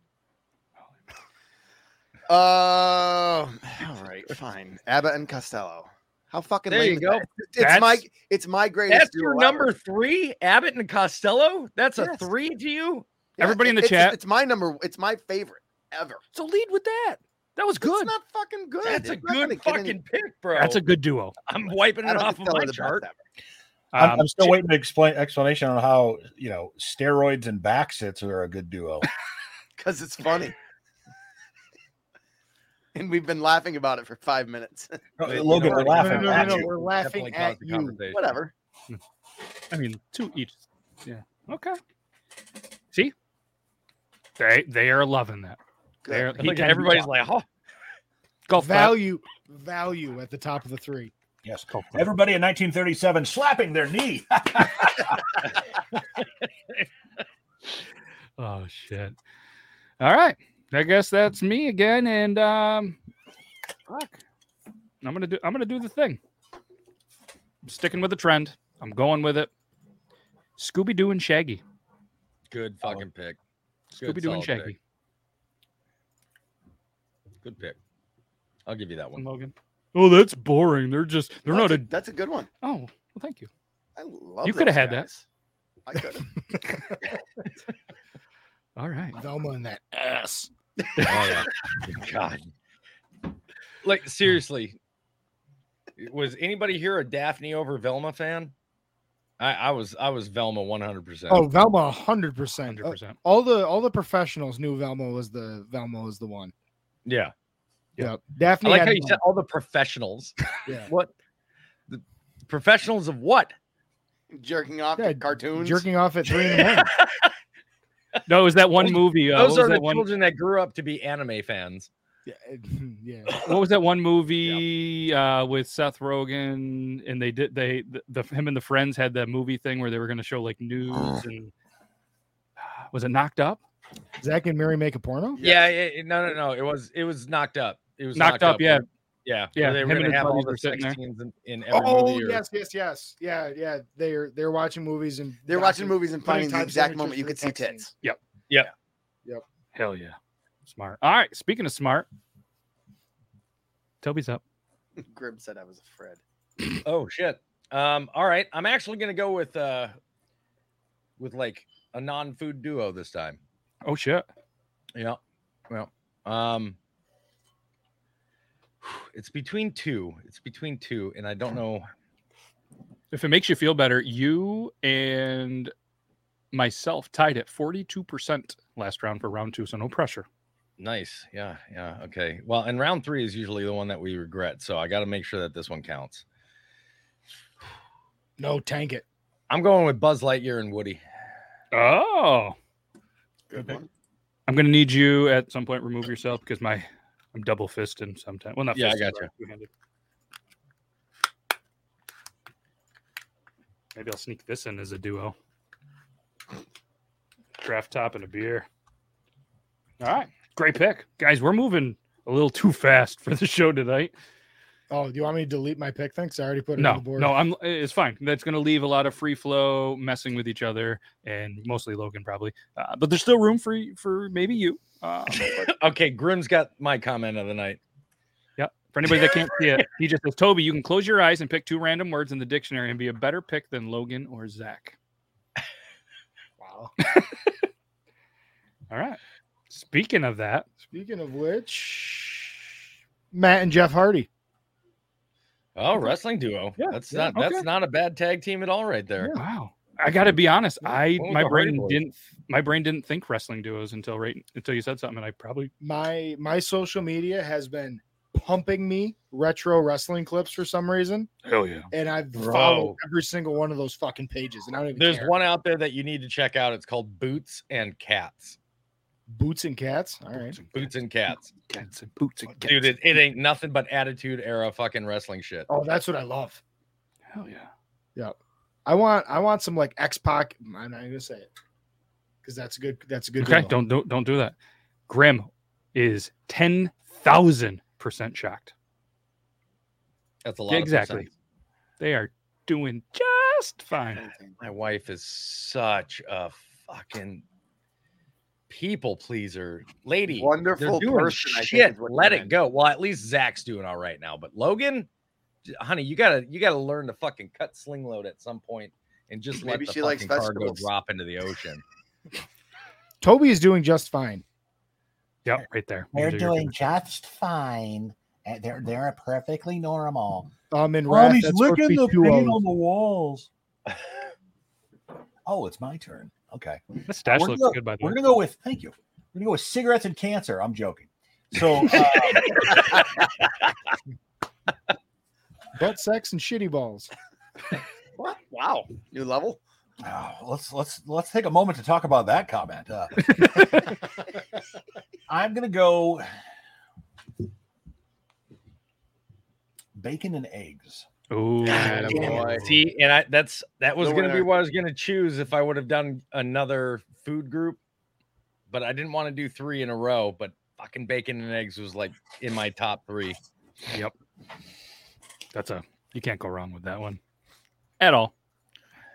S4: (sighs) Um. All right. Fine. Abba and Costello. How fucking
S3: There
S4: lame
S3: you
S4: is
S3: go.
S4: that? It's my.
S1: That's-
S4: It's my greatest.
S3: That's your
S4: duo
S3: number
S4: ever.
S3: three, Abbott and Costello. That's a
S4: Yes.
S3: three to you.
S1: Everybody in the
S4: it's-
S1: chat.
S4: It's my number. It's my favorite ever.
S1: So lead with that. That was
S4: It's
S1: good.
S4: not fucking good.
S3: That's a
S4: It's not gonna
S3: good
S4: get any-
S3: fucking pick, bro.
S1: That's a good duo.
S3: I'm wiping it
S4: Abba
S3: off of
S4: Costello
S3: my
S4: the best
S3: chart.
S4: ever.
S2: I'm,
S1: Um,
S2: I'm still waiting to explain explanation on how you know steroids and back sits are a good duo.
S4: because it's funny. (laughs) and we've been laughing about it for five minutes. (laughs)
S2: No,
S3: Wait, you
S2: Logan,
S3: know
S2: we're
S3: what?
S5: No,
S2: laughing
S5: no, no, no,
S2: at
S5: no,
S2: you.
S5: We're laughing
S3: Definitely
S5: at
S3: caused the
S5: you.
S3: conversation.
S4: Whatever.
S1: I mean, two each. Yeah. Okay. See, they they are loving that. They're,
S4: Good.
S1: he
S3: Like
S1: can do
S3: everybody's
S1: that.
S3: like, oh,
S1: Golf clap.
S5: value, value at the top of the three.
S2: Yes.
S1: Golf clap.
S2: Everybody in 1937 slapping their knee.
S1: Oh shit. All right. I guess that's me again. And um fuck. I'm gonna do I'm gonna do the thing. I'm sticking with the trend. I'm going with it. Scooby Doo and Shaggy.
S3: Good
S5: Oh.
S3: fucking pick. Good
S1: Scooby Doo and
S3: solid
S1: Shaggy.
S3: Pick. Good pick. I'll give you that
S4: (laughs)
S3: one.
S1: Logan. Oh, that's boring. They're just they're not
S4: That's a,
S1: a
S4: that's a good one.
S1: oh well thank you.
S4: I love
S1: You coulda
S4: those
S1: had that.
S4: guys. I could have.
S1: All right.
S5: Velma in that ass.
S3: Oh,
S4: (laughs)
S3: yeah. God. Like seriously, was anybody here a Daphne over Velma fan? I, I was I was Velma 100. percent
S5: Oh, Velma, hundred percent. Oh,
S1: Hundred percent.
S5: All the all the professionals knew Velma was the Velma was the one.
S3: yeah.
S5: Yeah,
S1: Yeah.
S3: I
S5: Daphne.
S3: like
S5: had
S3: how you
S5: one.
S3: said all the professionals.
S5: Yeah.
S3: What? The professionals of what?
S4: (laughs) Jerking off
S5: Yeah,
S4: to cartoons.
S5: jerking off at three in the morning.
S1: No, it was that one movie. Uh,
S3: Those
S1: what was
S3: are the
S1: that one?
S3: children that grew up to be anime fans.
S5: yeah, it- (laughs) yeah.
S1: What was that one movie uh, with Seth Rogen? And they did they the, the him and the friends had that movie thing where they were going to show like news (sighs) and was it knocked up?
S5: Zach and Mary make a porno.
S3: Yeah. yeah, yeah, no, no, no. It was it was knocked up. It was
S1: Knocked, up, yeah.
S3: yeah,
S1: Yeah,
S3: where They
S1: him
S3: were
S1: and
S3: gonna
S1: his
S3: have all
S1: buddies
S3: the
S1: were
S3: sex
S1: sitting there.
S3: scenes in, in every
S5: Oh
S3: movie. or-
S5: yes, yes, yes. Yeah, yeah. They're they're watching movies and
S4: They're watching movies and
S5: Putting
S4: finding the
S5: types
S4: exact
S5: images
S4: moment you
S5: for the
S4: could see
S5: text
S4: tits.
S5: scenes.
S1: Hell yeah, smart. All right, speaking of smart, Toby's up.
S4: (laughs) Grim said I was afraid.
S3: Oh shit. Um, all right. I'm actually gonna go with uh with like a non-food duo this time.
S1: Oh shit,
S3: Yeah. Well, um it's between two. It's between two, and I don't know.
S1: if it makes you feel better, you and myself tied at forty-two percent last round for round two, so no pressure.
S3: Nice. Yeah. Yeah. Okay. Well, and round three is usually the one that we regret. So I gotta make sure that this one counts.
S5: No, tank it.
S3: I'm going with Buzz Lightyear and Woody.
S1: Oh,
S4: Good one.
S1: I'm gonna need you at some point remove yourself because my I'm double fisting sometimes. Well, not
S3: Yeah, I
S1: fisting,
S3: gotcha.
S1: but two-handed. Maybe I'll sneak this in as a duo. Draft top and a beer. All right, great pick, guys. We're moving a little too fast for the show tonight.
S5: Oh, do you want me to delete my pick? Thanks, I already put it
S1: No,
S5: on the board.
S1: no, I'm. It's fine. That's going to leave a lot of free flow, messing with each other, and mostly Logan probably. Uh, but there's still room for y- for maybe you. Uh,
S3: (laughs) Okay, Grim's got my comment of the night.
S1: For anybody that can't see
S3: (laughs)
S1: it, he just says, Toby, you can close your eyes and pick two random words in the dictionary and be a better pick than Logan or
S3: (laughs)
S1: Zach.
S5: Wow.
S1: (laughs) All right. Speaking of that,
S5: Speaking of which, Matt and Jeff Hardy.
S3: Oh, wrestling duo.
S1: Yeah,
S3: that's
S1: yeah,
S3: not that's
S1: okay.
S3: not a bad tag team at all, right there.
S1: wow. I gotta be honest.
S3: Yeah,
S1: I
S3: what was
S1: my
S3: the Hardy
S1: brain
S3: Boys?
S1: didn't my brain didn't think wrestling duos until right until you said something. And I probably
S5: My my social media has been pumping me retro wrestling clips for some reason,
S1: hell yeah.
S5: and I've
S3: Bro.
S5: followed every single one of those fucking pages. And I don't even
S3: There's
S5: care.
S3: one out there that you need to check out. It's called Boots and Cats.
S5: boots and cats. All right,
S3: Boots and Cats.
S1: Cats and boots and cats.
S3: Dude, it, it ain't nothing but attitude era fucking wrestling shit.
S5: oh, that's what I love.
S1: hell yeah.
S5: I want I want some like X Pac. I'm not even gonna say it because that's a good that's a good.
S1: Okay,
S5: demo.
S1: don't don't don't do that. Grim is ten thousand percent shocked.
S3: That's a lot. of
S1: Exactly.
S3: percent.
S1: They are doing just
S4: (laughs)
S1: fine.
S4: Anything.
S3: My wife is such a fucking people pleaser lady. They're
S4: Wonderful
S3: doing
S4: person, I think,
S3: shit.
S4: is what you
S3: Let it
S4: meant.
S3: go. Well, at least Zach's doing all right now, but Logan, j- honey, you gotta you gotta learn to fucking cut sling load at some point and just
S4: Maybe
S3: let the
S4: she likes
S3: fucking cargo
S4: vegetables.
S3: drop into the ocean.
S5: Toby is doing just fine.
S1: Yep, right there.
S6: They're
S1: Those are your
S6: doing just fine. Uh, They're they're perfectly normal.
S5: Um, in
S2: Well,
S5: Wrath,
S2: he's
S5: that's supposed to
S2: licking
S5: be
S2: the
S5: two
S2: paint
S5: O's.
S2: on the walls.
S6: (laughs) Oh, it's my turn. Okay,
S1: good- That stash
S2: We're
S1: looks
S2: gonna-
S1: good by the
S6: we're
S1: way.
S6: gonna go with thank you. We're gonna go with cigarettes and cancer. I'm joking. So uh,
S5: butt sex and shitty balls.
S4: What? Wow. New level.
S6: oh, let's let's let's take a moment to talk about that comment. Uh, I'm gonna go. bacon and eggs.
S1: Ooh,
S3: God,
S4: damn
S3: boy.
S4: it.
S3: See, and I that's that was
S4: The
S3: gonna be
S4: winner.
S3: what I was gonna choose if I would have done another food group, but I didn't want to do three in a row. But fucking bacon and eggs was like in my top three.
S1: that's a you can't go wrong with that one at all.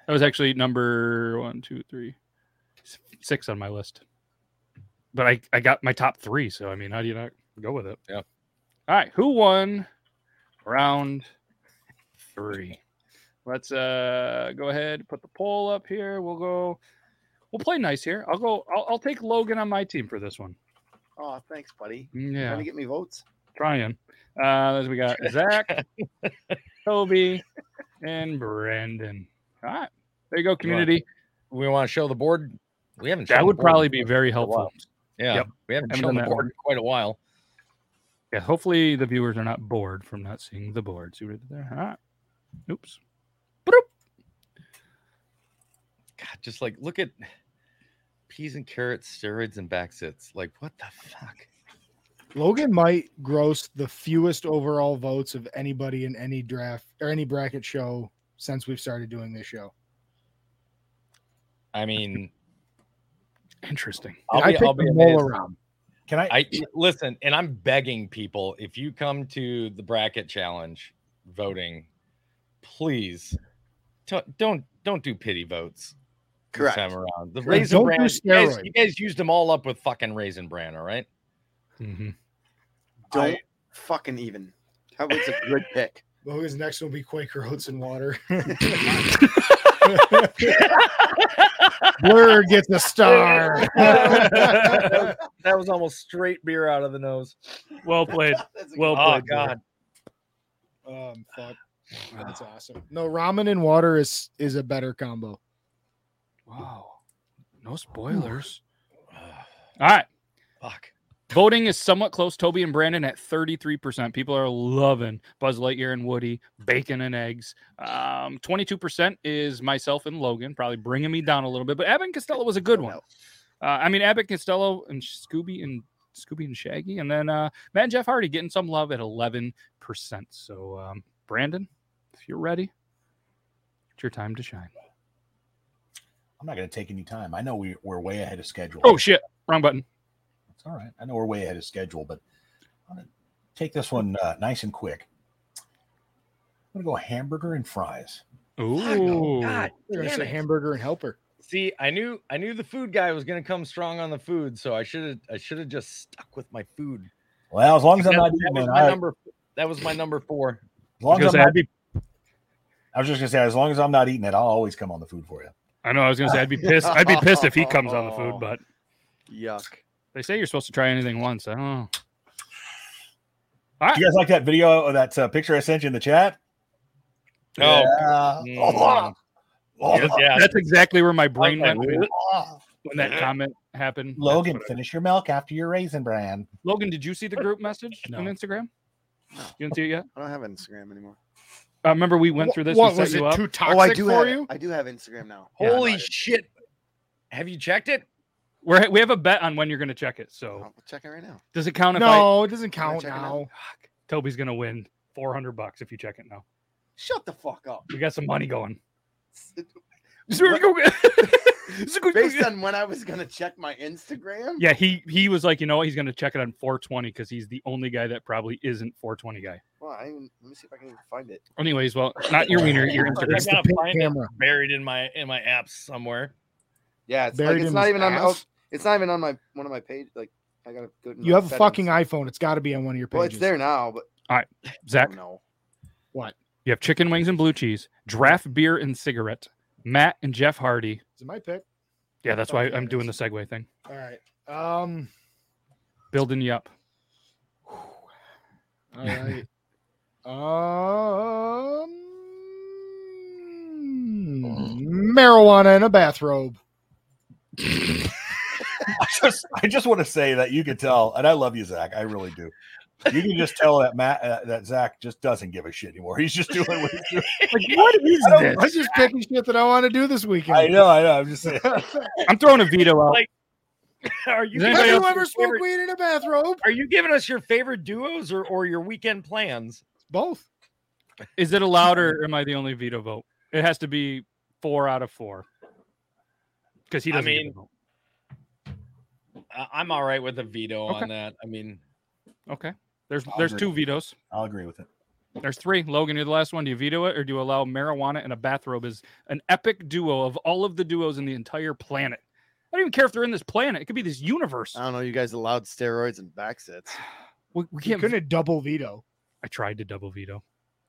S1: That was actually number one, two, three, s- six on my list. But I I got my top three, so I mean, how do you not go with it?
S3: Yeah.
S1: All right, who won round three? Let's uh go ahead put the poll up here. We'll go. We'll play nice here. I'll go. I'll, I'll take Logan on my team for this one.
S4: Oh, thanks, buddy.
S1: Yeah.
S4: Trying to get me votes.
S1: trying. Uh, we
S3: (laughs)
S1: got Zach, Toby, and Brandon. All right, there you go, community.
S3: We want to show the board. We haven't. shown
S1: That
S3: the
S1: would
S3: board in
S1: probably
S3: quite
S1: be
S3: a
S1: very
S3: while.
S1: helpful.
S3: Yeah,
S1: Yep.
S3: we haven't,
S1: Haven't done
S3: shown the
S1: that
S3: board
S1: one.
S3: in quite a while.
S1: Yeah, hopefully the viewers are not bored from not seeing the board. See what I did there? All right. Oops.
S3: God, just like look at peas and carrots, steroids and back sits. Like what the fuck?
S5: Logan might gross the fewest overall votes of anybody in any draft or any bracket show since we've started doing this show.
S3: I mean,
S1: Interesting.
S5: And I
S3: I'll be, I'll
S5: picked
S3: be
S5: the
S3: amazed.
S5: mole around.
S6: Can I?
S1: (laughs)
S3: I listen, and I'm begging people if you come to the bracket challenge voting, please don't don't don't do pity votes
S4: Correct.
S3: this time around. The
S5: Sure,
S3: raisin
S5: don't do
S3: bran, you guys,
S5: steroids.
S3: you guys used them all up with fucking raisin bran, all right?
S1: Mhm.
S4: Don't fucking even. That was a (laughs) good pick.
S5: Logan's next one will be Quaker oats and water. (laughs) Blur gets a star.
S3: (laughs) that was almost straight beer out of the nose.
S1: Well played.
S4: That's a
S1: Well
S4: good-
S3: Oh
S1: played.
S3: god,
S5: Um, fuck. That's awesome. No, ramen and water is is a better combo.
S1: Wow. No spoilers. All right.
S3: fuck.
S1: Voting is somewhat close. Toby and Brandon at 33%. People are loving Buzz Lightyear and Woody, bacon and eggs. Um, 22% is myself and Logan, probably bringing me down a little bit. But Abbott and Costello was a good one. Uh, I mean, Abbott Costello and Scooby and Scooby and Shaggy. And then uh, Matt and Jeff Hardy getting some love at 11%. So, um, Brandon, if you're ready, it's your time to shine.
S6: I'm not going to take any time. I know we, we're way ahead of schedule.
S1: Oh, shit. Wrong button.
S6: It's all right. I know we're way ahead of schedule, but I'm going to take this one uh, nice and quick. I'm going to go hamburger and fries.
S1: Ooh.
S3: God
S5: We're gonna
S3: damn
S5: say
S3: it.
S5: hamburger and helper.
S3: See, I knew I knew the food guy was gonna come strong on the food, so I should have I should have just stuck with my food.
S6: Well, as long as I'm
S3: That,
S6: not
S3: that
S6: eating,
S3: was
S6: it,
S3: my
S6: I,
S3: number. That was my number four.
S6: as long as
S1: Because
S6: I'm not,
S1: I'd be,
S6: I was just going to say, as long as I'm not eating it, I'll always come on the food for you.
S1: I know I was gonna say I'd be pissed. I'd be pissed if he comes on the food, but
S4: Yuck.
S1: They say you're supposed to try anything once. I don't know.
S6: Do you guys like that video or that uh, picture I sent you in the chat?
S3: Oh,
S6: Yeah.
S3: Mm. (laughs)
S6: Oh,
S1: That's, that's exactly where my brain
S3: Okay.
S1: went when, when that comment happened. That's
S6: Logan,
S1: what I-
S6: finish your milk after your raisin bran.
S1: Logan, did you see the group message on Instagram? You didn't see it yet?
S4: I don't have Instagram anymore.
S1: Uh, remember we went through this.
S5: What
S1: we set
S5: was
S1: you
S5: it?
S1: up.
S5: Too toxic
S4: Oh, I do
S5: for
S4: have,
S5: you?
S4: I do have Instagram now.
S3: Holy
S4: Yeah,
S3: shit! Have you checked it?
S1: We're, we have a bet on when you're going to check it.
S4: I-
S5: Oh.
S1: So
S4: I'll check it right now.
S1: does it count if I?
S5: No, it doesn't
S4: I
S5: count
S4: check it out?
S5: now.
S1: Toby's going to win 400 bucks if you check it now.
S4: Shut the fuck
S5: (laughs)
S4: up.
S1: We got some money going.
S4: Based on when I was gonna check my Instagram.
S1: yeah, he he was like, you know what? He's going to check it on 420 because he's the only guy that probably isn't 420 guy.
S4: Well, I even, let me see if I can even find it.
S1: Anyways, well, not your wiener,
S5: (laughs)
S1: your
S3: I
S1: Instagram.
S3: gotta
S5: pink
S3: find
S5: camera.
S3: it buried in my in my apps somewhere.
S4: Yeah, it's
S5: Buried
S4: like it's
S5: in
S4: not
S5: his
S4: even on. my- oh,
S5: ass?
S4: it's not even on my one of my page. Like I gotta go. To
S5: You have a
S4: settings.
S5: fucking iPhone. It's got to be on one of your pages.
S4: Well, it's there now, but
S1: Zach,
S4: no.
S5: What?
S1: You have chicken wings and blue cheese, draft beer and cigarette, Matt and Jeff Hardy.
S5: Is it my pick?
S1: Yeah, that's why I'm doing the segue thing.
S5: All right. Um.
S1: Building you up.
S5: All right.
S1: Mm.
S5: um. Marijuana in a bathrobe.
S6: I just, I just want to say that you could tell, and I love you, Zach. I really do. You can just tell that Matt, uh, that Zach just doesn't give a shit anymore. He's just doing what he's doing.
S1: Like, what is
S5: I'm just picking shit that I want to do this weekend.
S6: (laughs) I know, I know. I'm (laughs) just saying.
S1: I'm throwing a veto out.
S3: Like- Are you
S1: Does
S5: Have
S1: anybody
S3: giving
S5: you
S3: us
S5: ever
S3: your
S5: smoked
S3: favorite,
S5: weed in a bathrobe?
S3: Are you giving us your favorite duos or or your weekend plans?
S5: Both.
S1: Is it allowed or am I the only veto vote? It has to be four out of four. Because he
S3: I
S1: doesn't get a
S3: mean-
S1: vote.
S3: I- I'm all right with a veto
S1: Okay.
S3: on that. I mean,
S1: Okay. There's
S2: I'll
S1: there's
S2: agree.
S1: two vetoes.
S2: I'll agree with it.
S1: There's three. Logan, you're the last one. Do you veto it or do you allow marijuana and a bathrobe as an epic duo of all of the duos in the entire planet? I don't even care if they're in this planet. It could be this universe.
S2: Uh,
S4: I don't know. You guys allowed steroids and back sits.
S1: we, we
S5: You
S1: can't.
S5: couldn't double veto.
S1: I tried to double veto.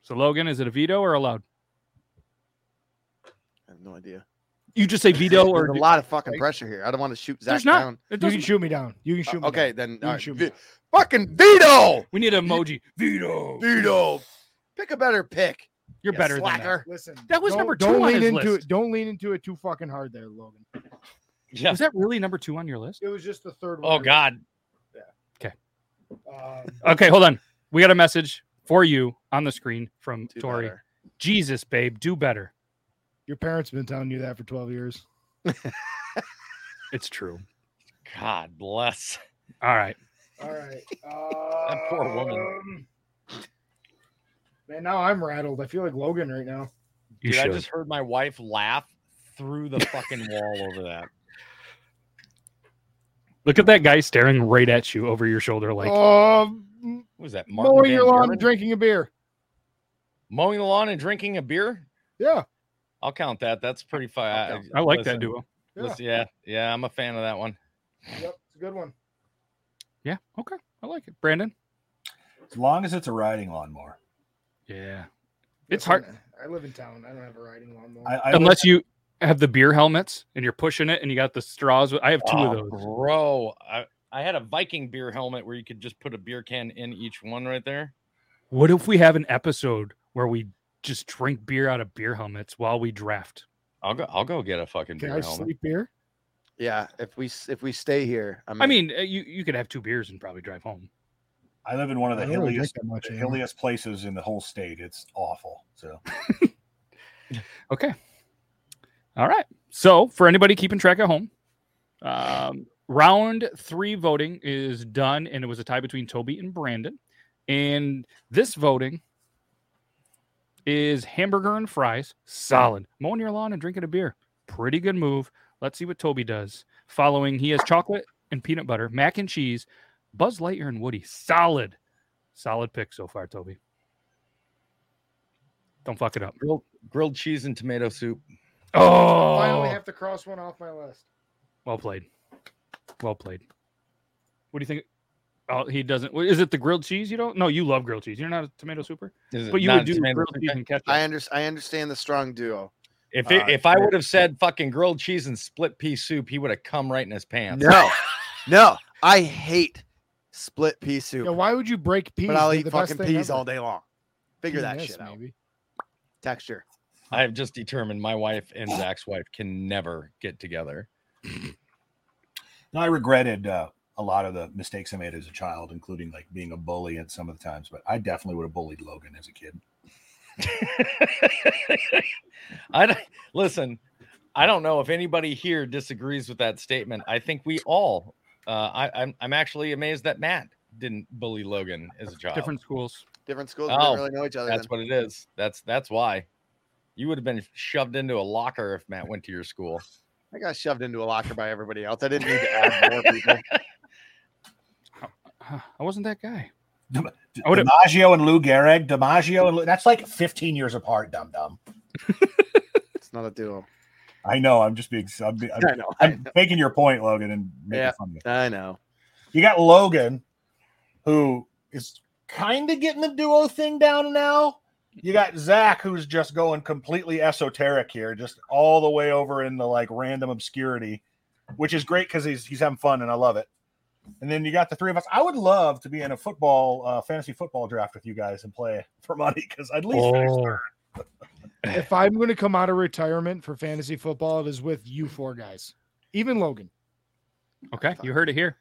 S1: So Logan, is it a veto or allowed?
S4: I have no idea.
S1: You just say veto or
S4: There's a
S1: do-
S4: lot of fucking pressure here. I don't want to shoot Zach
S1: There's not.
S4: down.
S1: It
S5: You can
S1: doesn't.
S5: shoot me down. You can shoot me.
S4: Uh, okay,
S5: down.
S4: then
S5: You
S4: all
S5: can
S4: right,
S5: shoot me.
S4: ve-
S5: down.
S4: fucking veto,
S1: We need an emoji. Veto.
S4: veto. Pick a better pick.
S1: You're
S4: you
S1: better than that.
S4: slacker.
S5: Listen,
S1: That was
S5: don't-
S1: number two
S5: Don't
S1: on
S5: lean
S1: his
S5: into
S1: list.
S5: it. Don't lean into it too fucking hard, there, Logan.
S3: yeah.
S1: Was that really number two on your list?
S5: It was just the third one.
S3: Oh God,
S5: Um,
S1: Okay, hold on. We got a message for you on the screen from
S4: Do
S1: Tori.
S4: better.
S1: Jesus, babe, do better.
S5: your parents been telling you that for twelve years.
S1: It's true.
S3: God bless.
S1: All right.
S5: All right. Um,
S3: That poor woman.
S5: Man, now I'm rattled. I feel like Logan right now.
S1: You
S3: Dude, I
S1: should.
S3: just heard my wife laugh through the fucking wall over that.
S1: Look at that guy staring right at you over your shoulder, like
S5: um,
S3: What
S1: (laughs)
S3: was that? Martin
S5: mowing
S3: Van
S5: your lawn,
S3: Buren?
S5: and drinking a beer.
S3: mowing the lawn and drinking a beer.
S5: Yeah.
S3: I'll count that. That's pretty fun.
S1: I like that duo.
S5: Yeah.
S3: Listen, yeah, yeah, I'm a fan of that one.
S5: Yep. It's a good one.
S1: Yeah. Okay. I like it. Brandon.
S2: As long as it's a riding lawnmower.
S1: Yeah. It's
S5: Listen,
S1: hard
S5: I live in town. I don't have a riding lawnmower.
S2: I, I would-
S1: unless you have the beer helmets and you're pushing it and you got the straws. I have two
S3: Oh,
S1: of those.
S3: bro. I, I had a Viking beer helmet where you could just put a beer can in each one right there.
S1: What if we have an episode where we just drink beer out of beer helmets while we draft?
S3: I'll go. I'll go get a fucking
S5: Can
S3: beer
S5: I
S3: helmet.
S5: sleep here?
S4: Yeah, if we s- if we stay here, I'm
S1: I mean, uh, you you could have two beers and probably drive home.
S2: I live in one of the
S5: I don't really drink
S2: hilliest,
S5: that much
S2: the
S5: anymore.
S2: hilliest places in the whole state. It's awful. So
S1: Okay. All right. So for anybody keeping track at home, um, round three voting is done, and it was a tie between Toby and Brandon. And this voting is hamburger and fries, solid. Mowing your lawn and drinking a beer, pretty good move. Let's see what Toby does. Following, he has chocolate and peanut butter, mac and cheese, Buzz Lightyear and Woody, solid, solid pick so far, Toby. Don't fuck it up.
S3: Grilled, grilled cheese and tomato soup.
S1: Oh,
S5: Finally have to cross one off my list.
S1: Well played. Well played. What do you think? Oh, he doesn't. Is it the grilled cheese? You don't? No, you love grilled cheese. You're not a tomato super,
S3: Is it
S1: but you
S3: Uh, not
S1: would do
S3: tomato
S1: grilled
S3: soup?
S1: cheese and ketchup.
S4: I under, I understand the strong duo.
S3: If it,
S4: Uh,
S3: if I would have said fucking grilled cheese and split pea soup, he would have come right in his pants.
S4: No, no, I hate split pea soup,
S5: Yeah, why would you break peas?
S4: but I'll
S5: They're
S4: eat
S5: the best
S4: fucking
S5: thing
S4: peas
S5: ever.
S4: all day long. Figure
S5: Pea
S4: that
S5: mess,
S4: shit out.
S5: maybe.
S4: Texture.
S3: I have just determined my wife and Zach's wife can never get together.
S2: no, I regretted uh, a lot of the mistakes I made as a child, including like being a bully at some of the times. But I definitely would have bullied Logan as a kid.
S3: I don't- (laughs) listen. I don't know if anybody here disagrees with that statement. I think we all. Uh, I, I'm I'm actually amazed that Matt didn't bully Logan as a child.
S1: Different schools.
S4: Different schools we don't
S3: Oh,
S4: really know each other.
S3: That's
S4: Then.
S3: what it is. That's that's why. You would have been shoved into a locker if Matt went to your school.
S4: I got shoved into a locker by everybody else. I didn't need to add more people.
S1: Huh, I wasn't that guy.
S2: D-
S1: I would've-
S2: DiMaggio and Lou Gehrig. DiMaggio and Lou, that's like 15 years apart. Dum dum.
S4: It's not a duo.
S2: I know. I'm just being. I'm, be- I'm,
S4: I know. I
S2: I'm
S4: know.
S2: making your point, Logan, and making
S4: Yeah.
S2: fun of you.
S4: I know.
S2: You got Logan, who is kind of getting the duo thing down now. You got Zach, who's just going completely esoteric here, just all the way over into like random obscurity, which is great because he's he's having fun and I love it. And then you got the three of us. I would love to be in a football uh, fantasy football draft with you guys and play (laughs) for money because at least
S1: Oh,
S5: if I'm going to come out of retirement for fantasy football, it is with you four guys, even Logan.
S1: okay. You heard it here.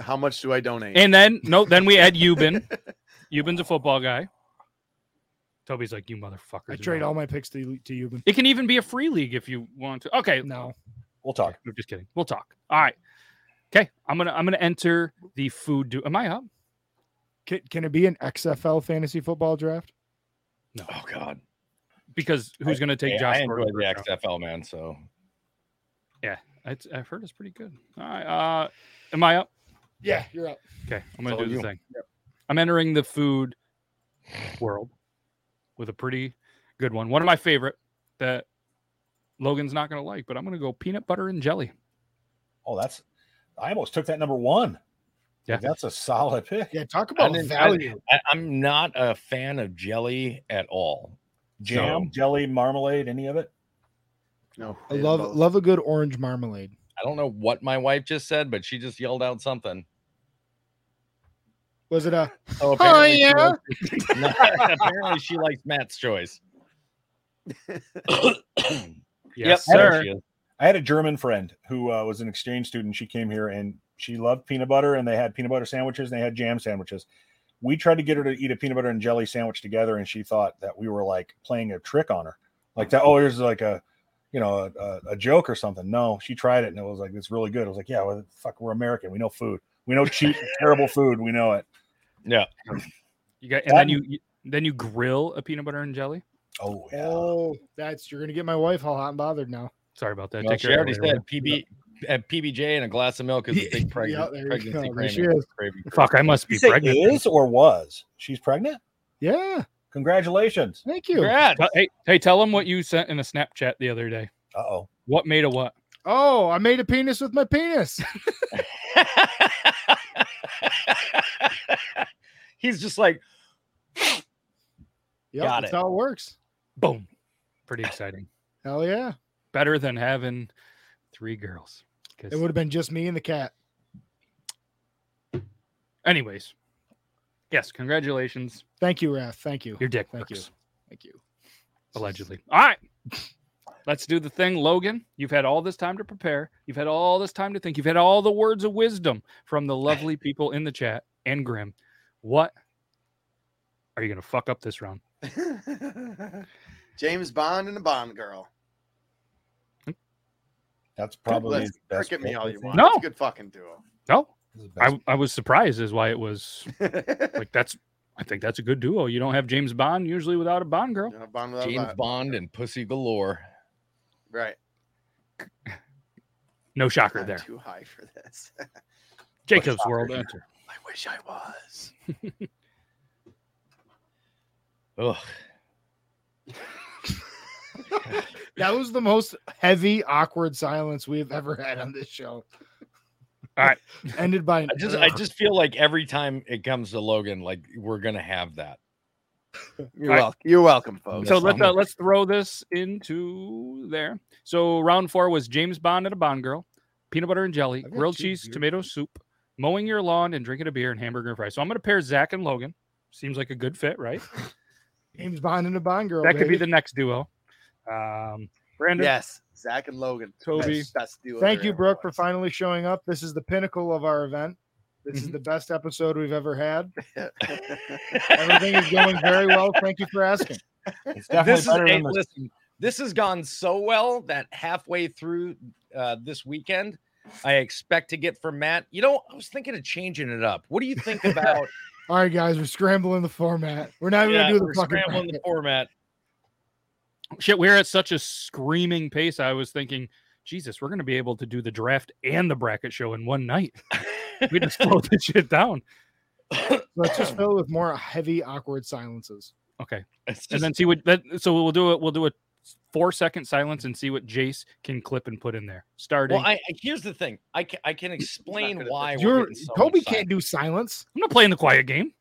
S4: How much do I donate?
S1: And then no, then we add
S3: (laughs)
S1: Euban. Euban's a football guy. Toby's like you motherfucker.
S5: I trade all my picks to to you.
S1: It can even be a free league if you want to. Okay,
S5: No,
S2: we'll talk.
S1: I'm just kidding. We'll talk. All right. Okay, I'm gonna I'm gonna enter the food. Do am I up?
S5: can, can it be an XFL fantasy football draft?
S1: No,
S3: Oh God.
S1: because who's going to take
S3: Hey,
S1: Josh?
S3: I enjoy
S1: Gordon
S3: the
S1: first round?
S3: XFL man. So
S1: It's, I've heard it's pretty good. All right. Uh, am I up?
S5: Yeah, you're up.
S1: Okay, I'm gonna
S3: all
S1: do the
S3: you.
S1: thing. I'm entering the food world with a pretty good one. One of my favorite that Logan's not gonna like, but I'm gonna go peanut butter and jelly.
S2: Oh, that's I almost took that number one.
S1: Yeah.
S2: that's a solid pick.
S5: Yeah, talk
S3: I
S5: about
S3: didn't- I-
S5: value.
S3: I, I'm not a fan of jelly at all.
S2: Jam,
S3: So-
S2: jelly, marmalade, any of it?
S4: No,
S5: I, love love a good orange marmalade.
S3: I don't know what my wife just said, but she just yelled out something.
S5: Was it a (laughs)
S3: So
S5: Oh,
S3: apparently she likes- No, apparently she likes Matt's choice.
S1: Yes,
S3: there
S1: sir.
S3: she is.
S2: I had a German friend who uh, was an exchange student. She came here and she loved peanut butter, and they had peanut butter sandwiches and they had jam sandwiches. We tried to get her to eat a peanut butter and jelly sandwich together, and she thought that we were like playing a trick on her, like that. Oh, here's like a, you know, a- a, a joke or something. No, she tried it and it was like it's really good. I was like, yeah, well, fuck, we're American. We know food. We know
S4: (laughs)
S2: cheap, terrible food. We know it.
S3: Yeah.
S1: You got, and then you, you then you grill a peanut butter and jelly.
S2: Oh yeah.
S5: oh, that's you're gonna get my wife all hot and bothered now.
S1: Sorry about that.
S3: Well,
S1: Take
S3: she
S1: care of
S3: already
S1: it later.
S3: said PB, uh, PBJ and a glass of milk is a big
S5: (laughs) Yeah,
S3: pregnant,
S5: there
S3: pregnancy
S5: you go. There she
S3: craving.
S5: is.
S3: craving for-
S1: Fuck, I must
S2: You
S1: be
S2: say
S1: pregnant.
S2: is or was she's pregnant?
S5: Yeah,
S2: Congratulations.
S5: thank you.
S3: Congrats.
S1: Tell- Hey, hey, tell them what you sent in a Snapchat the other day.
S2: Uh oh.
S1: What made a what?
S5: Oh, I made a penis with
S3: (laughs)
S5: my penis.
S3: (laughs) He's just like,
S5: Yep,
S3: Got
S5: that's
S3: it.
S5: how it works.
S1: Boom. Pretty exciting.
S5: Hell yeah.
S1: Better than having three girls. 'Cause-
S5: It would have been just me and the cat.
S1: Anyways, yes, congratulations.
S5: Thank you, Raph. Thank you.
S1: Your dick.
S5: Thank you.
S1: works.
S5: Thank you.
S1: allegedly. All right. Let's do the thing, Logan. You've had all this time to prepare. You've had all this time to think. You've had all the words of wisdom from the
S2: (laughs)
S1: lovely people in the chat and Grim. What are you going to fuck up this round?
S4: (laughs) James Bond and a Bond girl. (laughs)
S2: That's probably
S4: Let's
S2: the best
S4: cricket me
S2: pick,
S4: all
S2: I
S4: you
S2: think.
S4: want.
S1: No.
S4: It's a good fucking duo.
S1: No,
S2: This is the best
S1: I, I was surprised, is why it was
S4: You
S1: like that's. I think that's a good duo. You don't have James Bond usually without a Bond girl.
S4: know, Bond without a
S3: James
S4: lot.
S3: Bond and pussy galore.
S4: Right.
S1: No shocker
S4: I'm
S1: there.
S4: too high for this. (laughs)
S1: Jacob's world answer.
S4: I wish I was.
S3: Ugh.
S5: (laughs) That was the most heavy, awkward silence we have ever had on this show.
S1: All right.
S5: Ended by uh, an
S3: I just, I
S5: ugh.
S3: just feel like every time it comes to Logan, like we're gonna have that.
S4: You're
S1: I-
S4: welcome. You're welcome,
S5: Oh,
S4: folks.
S1: So
S3: Yes,
S1: let's
S3: I'm-
S1: uh, let's throw this into there. So round four was James Bond and a Bond girl, peanut butter and jelly,
S5: I've got
S1: grilled
S5: two
S1: cheese,
S5: beer
S1: tomato soup, mowing your lawn, and drinking a beer and hamburger and fries. So I'm going to pair Zach and Logan. Seems like a good fit, right?
S5: James Bond and a Bond girl.
S1: that could be
S5: Oh, baby.
S1: the next duo. Um, Brandon,
S4: yes, Zach and Logan.
S1: Toby.
S4: Best, best duo
S5: Thank
S4: there
S5: you,
S4: ever
S5: Brooke, for
S4: was.
S5: finally showing up. This is the pinnacle of our event. This
S1: Mhm.
S5: is the best episode we've ever had.
S4: (laughs)
S5: Everything is going very well. Thank you for asking.
S2: one. It's definitely
S3: this is
S2: better
S3: hey,
S2: than the
S3: listen, this has gone so well that halfway through uh, this weekend, I expect to get from Matt. You know, I was thinking of changing it up. What do you think about
S5: All right, guys, we're scrambling the format. We're not even
S3: Yeah,
S5: gonna do
S3: we're
S5: the fucking
S3: scrambling the
S5: bracket.
S3: format?
S1: shit, we're at such a screaming pace. I was thinking, Jesus, we're going to be able to do the draft and the bracket show in one night. (laughs) We just slowed this shit down.
S5: Let's just fill it with more heavy, awkward silences.
S1: Okay.
S3: It's
S1: and
S3: just-
S1: then see what that so we'll do it we'll do a four second silence and see what jace can clip and put in there starting
S3: well, I, I- here's the thing. I can I can explain
S4: good at
S3: why
S4: this.
S3: we're
S5: You're
S3: getting so
S5: Toby
S3: much time.
S5: can't do silence.
S1: i'm not playing the quiet game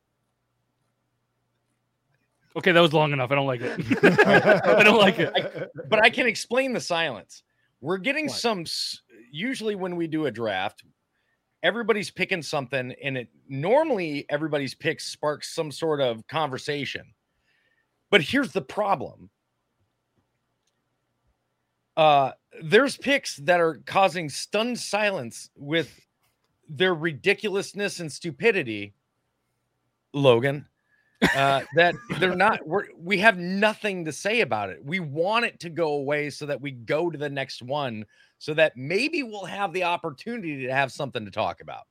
S1: okay that was long enough i don't like (laughs) it
S5: I
S1: don't like it.
S3: but I can explain the silence. We're getting
S5: What?
S3: some. s- Usually, when we do a draft, everybody's picking something, and it normally everybody's pick sparks some sort of conversation. But here's the problem: uh, there's picks that are causing stunned silence with their ridiculousness and stupidity, Logan. uh, that they're not we're, we have nothing to say about it we want it to go away so that we go to the next one so that maybe we'll have the opportunity to have something to talk about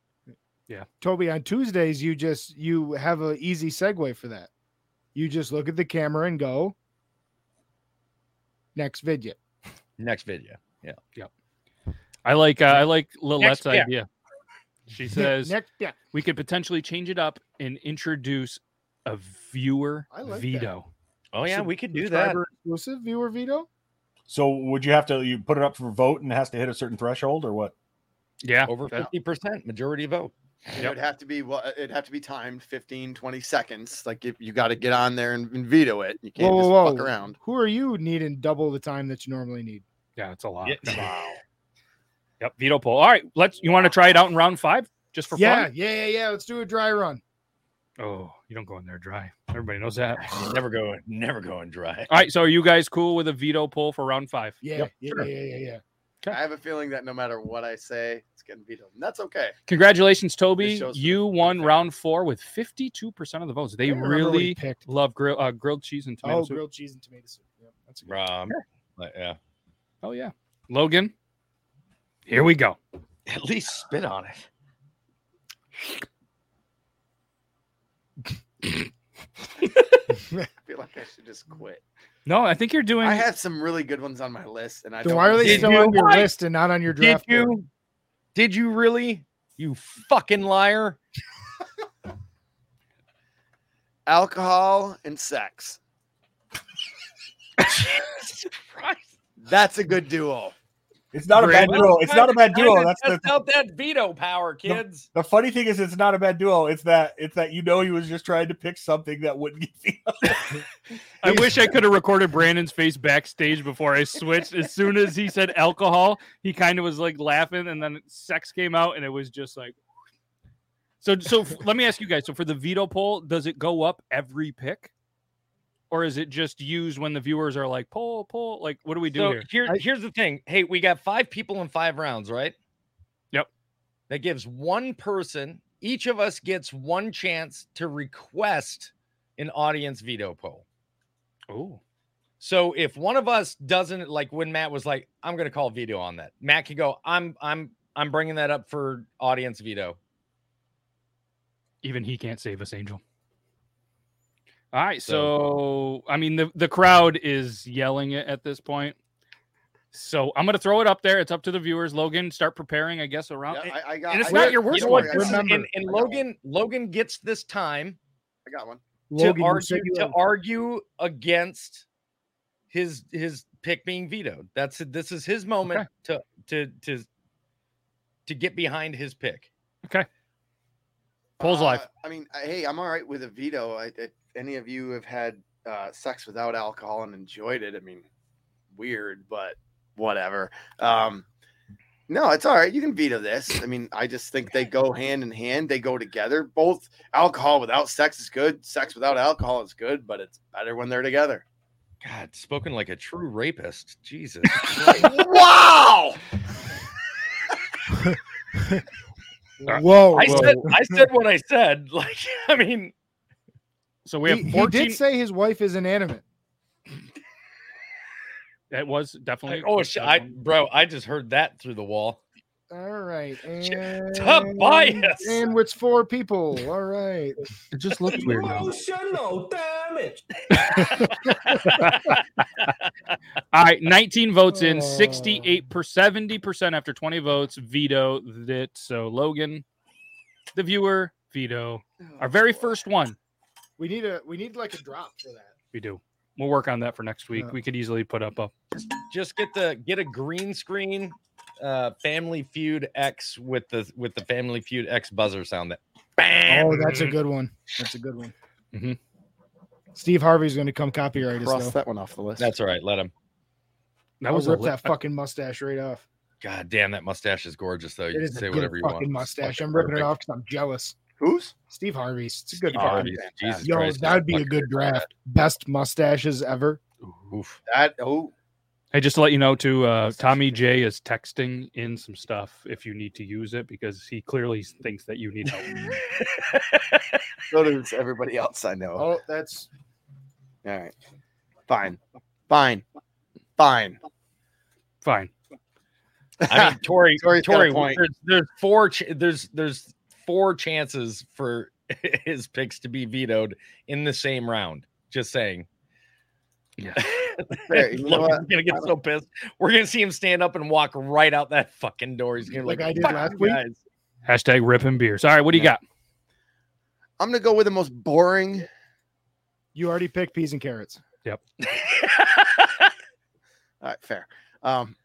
S5: Toby, on Tuesdays, you just you have an easy segue for that. You You just look at the camera and go, next video.
S3: Next video.
S1: I like uh, I like Lilette's
S3: Next pick.
S1: idea. She says
S5: next, yeah.
S1: we could potentially change it up and introduce a viewer
S5: I like that.
S1: veto.
S3: Oh yeah, we could do that.
S5: subscriber Exclusive viewer veto.
S2: So would you have to you put it up for vote and it has to hit a certain threshold or what?
S1: Yeah,
S3: Over
S1: that-
S3: fifty percent majority vote.
S4: It would have to be well, it'd have to be timed 15, 20 seconds. Like if you got to get on there and, and veto it. You can't
S5: Whoa,
S4: just
S5: whoa,
S4: fuck
S5: whoa.
S4: around.
S5: Who are you needing double the time that you normally need?
S1: yeah, it's a lot.
S3: Yeah.
S1: (laughs) Yep, veto poll. All right, let's. You want to try it out in round five just for
S5: yeah, yeah, yeah, yeah. Let's do a dry run.
S1: fun? Oh, you don't go in there dry. Everybody knows that. (laughs)
S3: You (sighs) never go, never going dry.
S1: All right, so are you guys cool with a veto poll for round five?
S5: Yeah,
S2: Yep,
S5: yeah,
S2: sure.
S5: yeah, yeah, yeah.
S1: Okay.
S4: I have a feeling that no matter what I say, it's getting vetoed. And that's okay.
S1: Congratulations, Toby.
S4: shows
S1: You
S4: pretty
S1: won
S4: fair.
S1: round four with 52% of the votes. They
S5: I remember what he
S1: really
S5: picked.
S1: love grill, uh, grilled cheese and tomato
S5: Oh,
S1: soup.
S5: grilled cheese and tomato soup. Yeah, that's a good.
S3: Um, but, yeah.
S1: Oh, yeah. Logan, here we go.
S3: At least spit on it.
S4: I feel like I should just quit.
S1: No, I think you're doing.
S4: I had some really good ones on my list, and I
S5: Then
S4: don't
S5: why are they
S4: remember-
S3: Did
S5: still
S3: you-
S5: on your
S3: why?
S5: list and not on your
S3: Did
S5: draft? board?
S3: you? Did you really? You fucking liar!
S4: alcohol and sex.
S1: (laughs)
S3: Jesus Christ!
S4: That's a good duo.
S2: It's not a bad
S3: Well,
S2: duo. It's not a bad
S3: time to
S2: duo. Oh, That's the,
S3: test out that veto power, kids.
S2: the funny thing is it's not a bad duo. It's that it's that you know he was just trying to pick something that wouldn't get the
S1: I wish I could have recorded Brandon's face backstage before I switched. As soon as he said alcohol, he kind of was like laughing, and then sex came out, and it was just like. So, so f- let me ask you guys. So, for the veto poll, does it go up every pick, or is it just used when the viewers are like poll, poll? Like, what do we do
S3: so
S1: here?
S5: I-
S3: here's the thing. Hey, we got five people in five rounds, right?
S1: Yep.
S3: That gives one person. Each of us gets one chance to request an audience veto poll.
S1: Oh,
S3: So if one of us doesn't like when Matt was like, "I'm going to call veto on that," Matt could go, "I'm I'm I'm bringing that up for audience veto."
S1: even he can't save us, Angel. All right, so I mean the the crowd is yelling it at this point. So I'm gonna throw it up there. It's up to the viewers. Logan, start preparing. I guess
S4: Yeah,
S1: around.
S4: I, I got.
S1: and it's
S4: I
S1: not
S4: got-
S1: your worst
S4: you know
S1: one,
S4: what, I got
S5: remember.
S4: one.
S3: And, and
S4: I got one.
S3: Logan Logan gets this time
S4: I got one.
S5: Logan,
S3: to
S5: you
S3: argue
S5: said you
S3: to
S5: had-
S3: argue against his his pick being vetoed. That's this is his moment to to to to get behind his pick.
S1: Polls live.
S4: Uh, I mean, I- hey, I'm all right with a veto. I, if any of you have had uh, sex without alcohol and enjoyed it, I mean, weird, but whatever. Um, no, it's all right. You can veto this. I mean, I just think they go hand in hand. They go together. Both alcohol without sex is good. Sex without alcohol is good, but it's better when they're together.
S3: God, spoken like a true rapist.
S5: (laughs)
S3: Jesus.
S4: wow!
S5: Whoa,
S3: I
S5: whoa.
S3: said I said what I said. (laughs) Like I mean,
S1: So we have
S5: he, he
S1: 14.
S5: did say his wife is inanimate.
S1: that was definitely.
S3: like, oh shit, I bro, I just heard that through the wall.
S5: All right, and,
S3: Tobias.
S5: and it's four people. All right,
S1: it just looked weird. (laughs) All
S6: damage.
S1: right, 19 votes in,
S5: Oh.
S1: 68 per 70 percent after 20 votes veto it. So Logan, the viewer veto our very first one.
S5: we need a we need like a drop for that.
S1: We do. We'll work on that for next week.
S5: Yeah.
S1: We could easily put up a.
S3: Just get the get a green screen uh Family Feud X with the with the Family Feud X buzzer sound that bam.
S5: Oh, that's a good one. That's a good one.
S3: Mm-hmm.
S1: Mhm.
S5: Steve Harvey's going to come copyright us
S4: Cross
S5: though.
S4: that one off the list.
S3: That's all right. Let him.
S1: That
S5: I'll
S1: was a
S5: rip
S1: lit-
S5: that fucking mustache right off.
S3: God damn, that mustache is gorgeous, though. Oh, You
S5: It
S3: can
S5: is a
S3: say
S5: good
S3: whatever you
S5: fucking
S3: want. It's
S5: mustache.
S3: fucking
S5: I'm ripping it
S3: perfect.
S5: off because I'm jealous.
S4: who's?
S5: Steve Harvey's. It's a good
S3: Steve
S5: fucking
S3: Harvey's,
S5: draft.
S3: Jesus
S5: Yo,
S3: Christ,
S5: that'd be a
S3: fucking
S5: good draft. Best mustaches ever.
S3: Oof.
S4: That oh
S1: Hey, just to let you know, too, uh, Tommy J is texting in some stuff if you need to use it because he clearly thinks that you need help.
S4: so does everybody else I know.
S5: Oh, that's
S4: All right. Fine. Fine. Fine.
S1: Fine.
S3: I
S5: (laughs)
S3: mean, Tori,
S4: Tori's got a
S3: Tori,
S4: point.
S3: there's, there's four, ch- there's there's (laughs) four chances for his picks to be vetoed in the same round. Just saying. (laughs)
S1: Yeah.
S4: Fair. You know
S3: Logan's
S4: what?
S3: gonna get so pissed. We're gonna see him stand up and walk right out that fucking door. He's gonna be
S5: Like
S3: like
S5: I did
S3: "Fuck
S5: last
S3: you
S5: week."
S3: guys."
S1: Hashtag ripping beers. All right, what do you got?
S4: I'm gonna go with the most boring.
S5: You already picked peas and carrots.
S4: All right, fair. Um,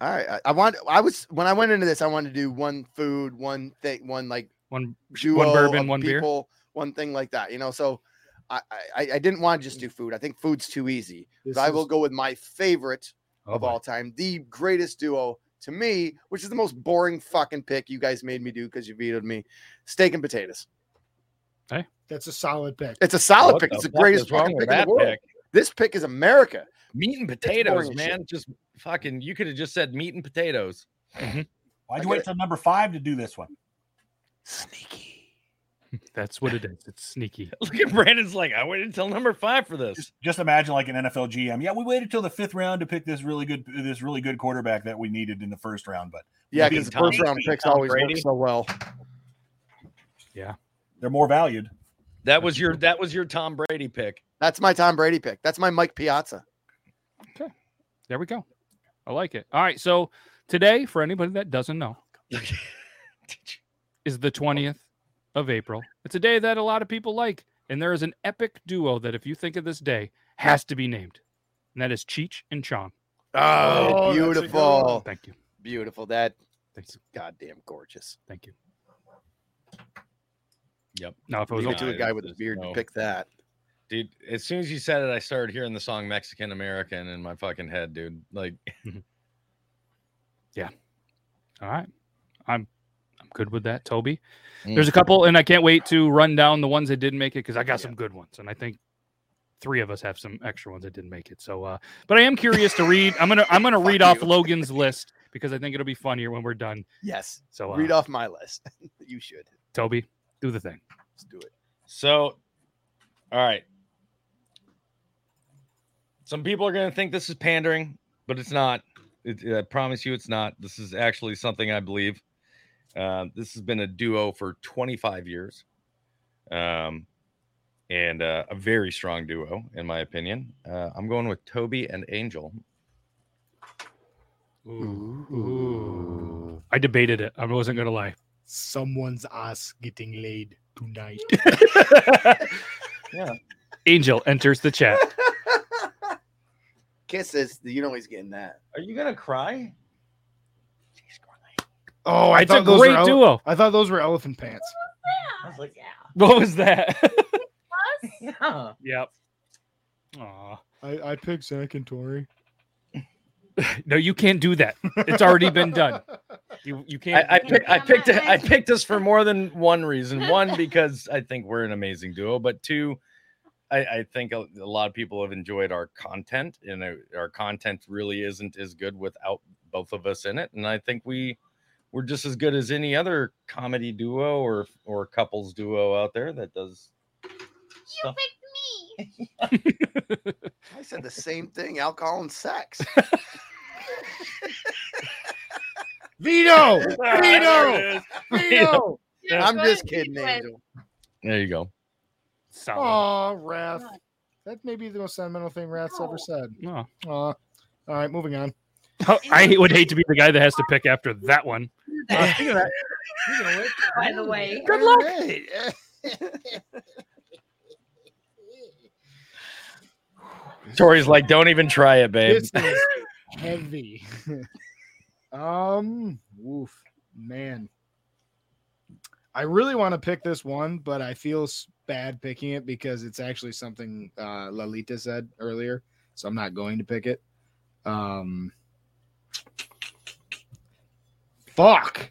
S4: all right. I, I want. I was when I went into this, I wanted to do one food, one thing, one like
S1: One
S4: duo
S1: bourbon,
S4: of
S1: one beer?
S4: people, one thing like that. You know, so I I, I didn't want to just do food. I think food's too easy.
S5: This
S4: But I
S5: is-
S4: will go with my favorite
S1: oh,
S4: of
S1: boy.
S4: all time, the greatest duo to me, which is the most boring fucking pick you guys made me do because you vetoed me. Steak and potatoes.
S5: That's a solid pick.
S4: It's a solid
S3: What
S4: pick.
S3: the
S4: It's the
S3: fuck
S4: greatest
S3: is wrong
S4: fucking
S3: with
S4: pick in the
S3: that
S4: world.
S3: pick?
S4: This pick is America.
S3: Meat and
S4: boring
S3: potatoes,
S4: as
S3: man. Just fucking. You could have just said meat and potatoes.
S2: Why'd
S4: I
S2: you
S4: get
S2: wait
S4: it.
S2: till number five to do this one?
S4: Sneaky.
S1: That's what it is. It's sneaky.
S3: (laughs) Look at Brandon's like, I waited until number five for this.
S2: Just, just imagine like an NFL GM. Yeah, we waited till the fifth round to pick this really good this really good quarterback that we needed in the first round, but
S4: Yeah,
S2: Beat
S4: because the
S3: Tom
S4: first round
S2: Brady,
S4: picks
S2: Tom
S4: always work
S2: Brady.
S4: so well.
S2: they're more valued.
S3: That was your that was your Tom Brady pick.
S4: That's my Tom Brady pick. That's my Mike Piazza.
S1: There we go. I like it. All right. So today, for anybody that doesn't know, is the 20th of April. It's a day that a lot of people like. And there is an epic duo that, if you think of this day, has to be named. And that is Cheech and Chong.
S4: Oh,
S5: Oh, that's a good one.
S4: beautiful.
S1: Thank you.
S4: Beautiful. That
S1: Thank you.
S4: goddamn gorgeous.
S1: Thank you.
S3: Yep.
S1: Now, if it was
S4: Leave
S1: a
S4: it to a
S3: Nah,
S4: guy
S3: it's
S4: with a
S3: just
S4: beard
S3: no.
S4: to pick that.
S3: Dude, as soon as you said it, I started hearing the song Mexican American in my fucking head, dude. Like
S1: All right. I'm I'm good with that, Toby.
S4: Mm.
S1: There's a couple, and I can't wait to run down the ones that didn't make it because I got some good ones. And I think three of us have some extra ones that didn't make it. So uh but I am curious to read. I'm gonna I'm gonna
S4: Fuck
S1: read off
S4: you.
S1: Logan's list because I think it'll be funnier when we're done.
S4: Yes.
S3: Oh,
S1: So uh,
S4: Read off my list. (laughs) you should.
S1: Toby, do the thing.
S4: Let's do it.
S3: So, all right. Some people are going to think this is pandering, but it's not. It, I promise you, it's not. This is actually something I believe. Uh, this has been a duo for 25 years, um, and uh, a very strong duo, in my opinion. Uh, I'm going with Toby and Angel.
S1: I debated it. I wasn't gonna lie.
S5: Someone's ass getting laid
S1: (laughs)
S5: tonight.
S1: Angel enters the
S4: (laughs)
S1: chat.
S4: Kisses. You know he's getting that.
S3: Are you going to cry?
S5: Oh,
S1: it's a great
S5: were ele-
S1: duo.
S5: I thought those were elephant pants.
S3: I was like,
S1: What was that? (laughs)
S3: yeah.
S1: yep. Aw.
S5: I, I picked Zach and Tori.
S1: No, you can't do that. It's already been done. You you can't.
S3: I, I,
S1: you
S3: pick, I picked it, I picked this for more than one reason. One because I think we're an amazing duo, but two, I, I think a, a lot of people have enjoyed our content, and uh, our content really isn't as good without both of us in it. And I think we we're just as good as any other comedy duo or or couples duo out there that does.
S7: You picked me.
S4: I said
S3: (laughs)
S4: the same thing alcohol and sex.
S5: Vito! (laughs) Vito!
S3: There
S5: Vito!
S1: (laughs)
S7: You're
S4: I'm
S7: good
S4: just kidding,
S7: with-
S4: Angel.
S3: you go.
S1: solid.
S5: Aw, Raph. That may be the most sentimental thing Rath's ever said.
S1: No. Oh,
S5: Aw. All right, moving on.
S1: I hate- would hate to be the guy that has to pick after that one.
S7: By the way,
S5: Good luck.
S3: Tori's like, don't even try it, babe.
S5: (laughs) This is heavy. (laughs) um, woof, man. I really want to pick this one, but I feel s- bad picking it because it's actually something uh, Lalita said earlier, so I'm not going to pick it. Um, fuck.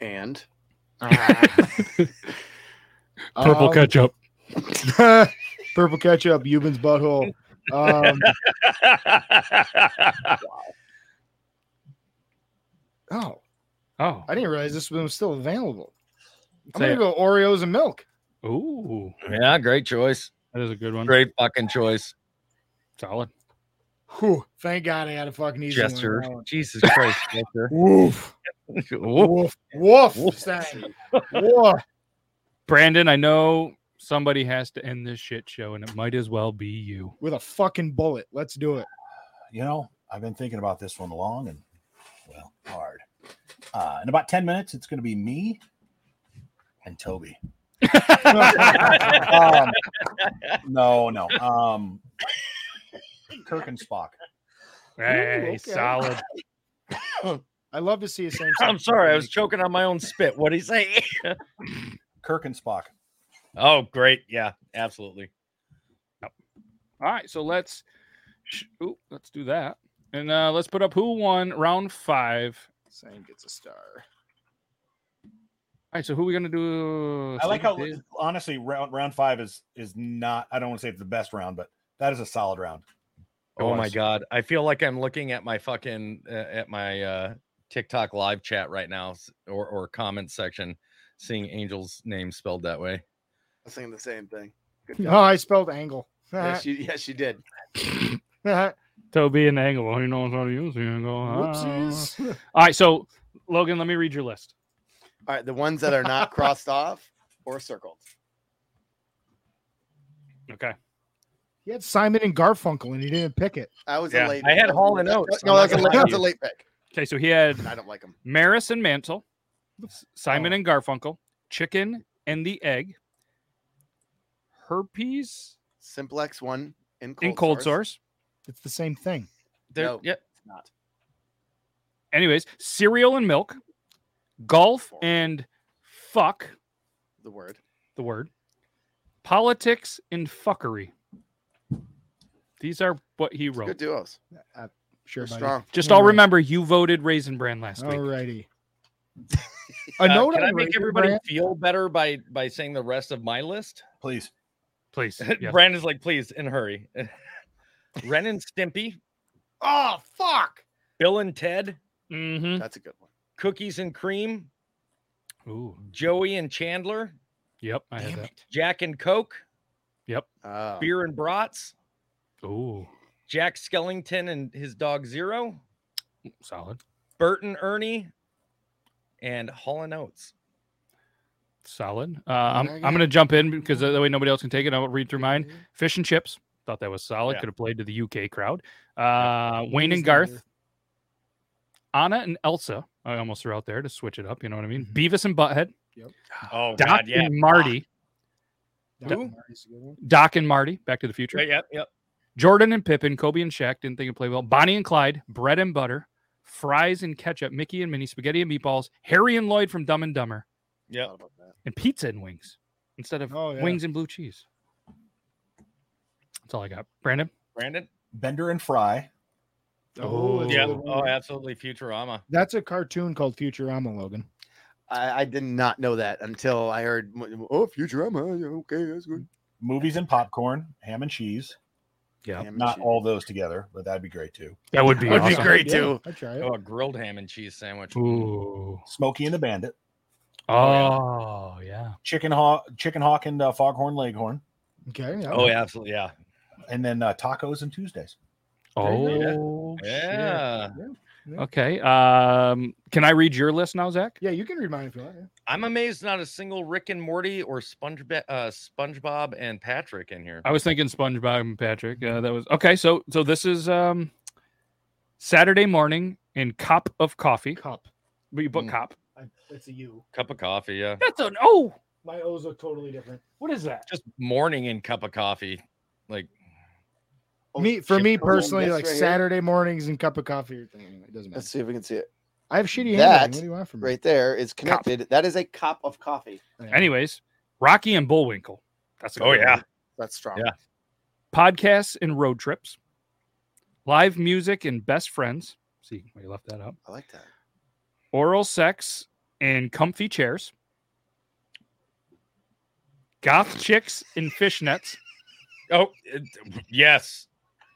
S4: And
S5: Ah.
S1: Purple
S5: Um,
S1: ketchup.
S5: (laughs) purple ketchup, Euban's butthole.
S1: (laughs)
S5: Um, oh,
S1: Oh.
S5: I didn't realize this one was still available. I'm
S1: Say
S5: gonna go Oreos and milk.
S1: Ooh,
S3: yeah, great choice.
S1: that is a good one.
S3: Great fucking choice.
S1: Solid.
S5: Whew, thank God I had a fucking easy
S3: Jester.
S5: one.
S3: Jesus Christ,
S5: (laughs)
S3: Jester.
S5: Woof,
S3: Whoa.
S5: woof, woof,
S3: Woof.
S5: Sang. woof.
S1: Brandon, I know Somebody has to end this shit show, and it might as well be you.
S5: with a fucking bullet. Let's do it.
S2: you know, I've been thinking about this one long and well, hard. Uh, in about 10 minutes, it's going to be me and Toby. um, no, no. Um, Kirk and Spock.
S1: Hey,
S5: okay.
S1: solid.
S5: I love to see
S3: (laughs)
S5: a same.
S3: I'm sorry, I was choking on my own spit. What do you say? (laughs)
S2: Kirk and Spock.
S3: oh, great. Yeah, absolutely.
S1: All right, so let's sh- ooh, let's do that, and uh, let's put up who won round five.
S5: Same gets a star.
S1: All right, so who we gonna do?
S2: I like how
S1: Steve?
S2: honestly round round five is is not. I don't want to say it's the best round, but that is a solid round.
S3: Oh my
S2: Otherwise-
S3: god, I feel like I'm looking at my fucking uh, at my uh TikTok live chat right now s- or or comment section seeing Angel's name spelled that way.
S4: was thinking the same thing.
S5: (laughs)
S4: Good
S5: Oh,
S4: job.
S5: I spelled angle.
S4: yes, you, yes, you did.
S1: Toby and Angle. Well, he knows how to use the angle.
S5: (laughs) (laughs) Whoopsies.
S1: All right, so Logan, let me read your list.
S4: All right, the ones that
S3: (laughs)
S4: are not crossed off or circled.
S1: Okay.
S5: He had Simon and Garfunkel, and he didn't pick it.
S4: I was
S3: Yeah,
S4: a late.
S3: I had Hall and
S4: that-
S3: Oates,
S4: No,
S3: I'm
S4: that's a,
S3: not
S4: late,
S3: gonna lie
S4: that's
S3: to
S4: a late pick.
S1: Okay, so he
S4: (laughs)
S1: had
S4: I don't like him.
S1: Maris and Mantle, S- Simon and Garfunkel, Chicken and the Egg, Herpes
S4: Simplex one in cold,
S1: in Cold Source.
S5: It's the same thing.
S3: There,
S4: No.
S3: yeah,
S4: Not.
S1: Anyways, Cereal and Milk, Golf
S4: Four.
S1: and Fuck,
S4: the word.
S1: the word, Politics and Fuckery. These are what he
S4: It's Good
S1: wrote.
S4: duos.
S5: Uh, sure,
S4: You're
S5: buddy.
S4: strong.
S1: Just all
S5: Alright.
S1: remember you voted Raisin Brand last week.
S5: (laughs) Alrighty.
S3: Uh,
S5: A note
S3: can
S5: on
S3: I make
S5: Razor
S3: everybody
S5: Brand.
S3: feel better by by saying the rest of my list? (laughs)
S2: Please,
S1: Please. yes.
S3: Brandon's like, please, in a hurry. (laughs) Ren and Stimpy,
S5: Oh fuck!
S3: Bill and Ted, Mm-hmm.
S1: Mhm.
S4: That's a good one.
S3: Cookies and Cream,
S1: Ooh.
S3: Joey and Chandler,
S1: Yep. I had
S5: Damn
S1: that.
S5: it.
S3: Jack and Coke,
S4: Oh,
S3: Beer and Brats,
S1: Ooh.
S3: Jack Skellington and his dog Zero,
S1: Solid.
S3: Bert and Ernie, and Hall and Oates.
S1: Solid. Uh, I'm,
S5: I
S1: I'm
S5: got?
S1: going to jump in because that way nobody else can take it. I'll read through mine. Fish and Chips. Thought that was solid.
S3: Yeah.
S1: Could have played to the UK crowd. Uh, Wayne
S5: Who's
S1: and
S5: the other?
S1: Garth. Anna and Elsa. I almost threw out there to switch it up. You know what I mean?
S5: Mhm.
S1: Beavis and Butthead.
S3: Oh
S1: Doc
S3: God, yeah,
S1: and Marty.
S5: That
S1: Who?
S5: one is a good one.
S1: Doc and Marty. Back to the Future.
S3: yeah, yeah, yeah.
S1: Jordan and Pippin. Kobe and Shaq. Didn't think it played well. Bonnie and Clyde. Bread and Butter. Fries and Ketchup. Mickey and Minnie. Spaghetti and Meatballs. Harry and Lloyd from Dumb and Dumber.
S3: yeah.
S4: thought about that.
S1: And Pizza and Wings instead of
S5: Oh, yeah.
S1: Wings and Blue Cheese. That's all I got. Brandon.
S3: Brandon,
S2: Bender and Fry.
S5: Oh, that's a
S3: yeah,
S5: good one.
S3: oh, absolutely, Futurama.
S5: That's a cartoon called Futurama, Logan.
S4: I, I did not know that until I heard. Oh, Futurama. yeah, Okay, that's good.
S2: Movies and popcorn, ham and cheese.
S1: Yep.
S4: Damn,
S2: Not
S4: she-
S2: all those together, but that'd be great too.
S1: That would be
S4: That would be
S1: awesome.
S4: great
S5: Yeah,
S4: too.
S5: I try it.
S3: Oh, a grilled ham and cheese sandwich.
S1: Ooh.
S2: Smokey and the Bandit,
S1: Oh, yeah.
S2: Chicken Hawk, Chicken Hawk and uh, Foghorn Leghorn,
S5: Okay. Yeah.
S3: Oh, yeah, absolutely, yeah,
S2: and then uh, tacos and Tuesdays.
S1: Oh, shit.
S3: yeah.
S1: Okay. Um, can I read your list now, Zach?
S5: Yeah, you can read mine if you want. yeah.
S3: I'm amazed not a single Rick and Morty or Sponge Ba- uh, SpongeBob and Patrick in here.
S1: I was thinking SpongeBob and Patrick. Uh, that was okay. So, so this is um, Saturday morning in cup of coffee.
S5: Cup.
S1: But you put
S3: Mm.
S1: cop.
S5: That's a U.
S3: Cup of coffee, yeah.
S1: That's an oh.
S5: My O's look totally different.
S1: What is that?
S3: Just morning and cup of coffee. Like
S4: Oh,
S5: me for
S4: shit.
S5: me
S4: Hold on,
S5: personally,
S4: this
S5: like
S4: right here.
S5: Saturday mornings and cup of coffee. Or thing. Anyway, it doesn't matter.
S4: Let's see if we can see it.
S5: I have shitty
S4: That
S5: handwriting. What do you
S3: Mm.
S5: want from me?
S4: Right there is connected. That is a cup of coffee.
S1: Anyways, Rocky and Bullwinkle. That's a
S3: Oh,
S1: good one.
S3: yeah.
S4: That's strong.
S3: Yeah.
S1: Podcasts and road trips. Live music and best friends. See, we left that up.
S4: I like that.
S1: Oral sex and comfy chairs. Goth chicks and fishnets.
S3: oh it- yes.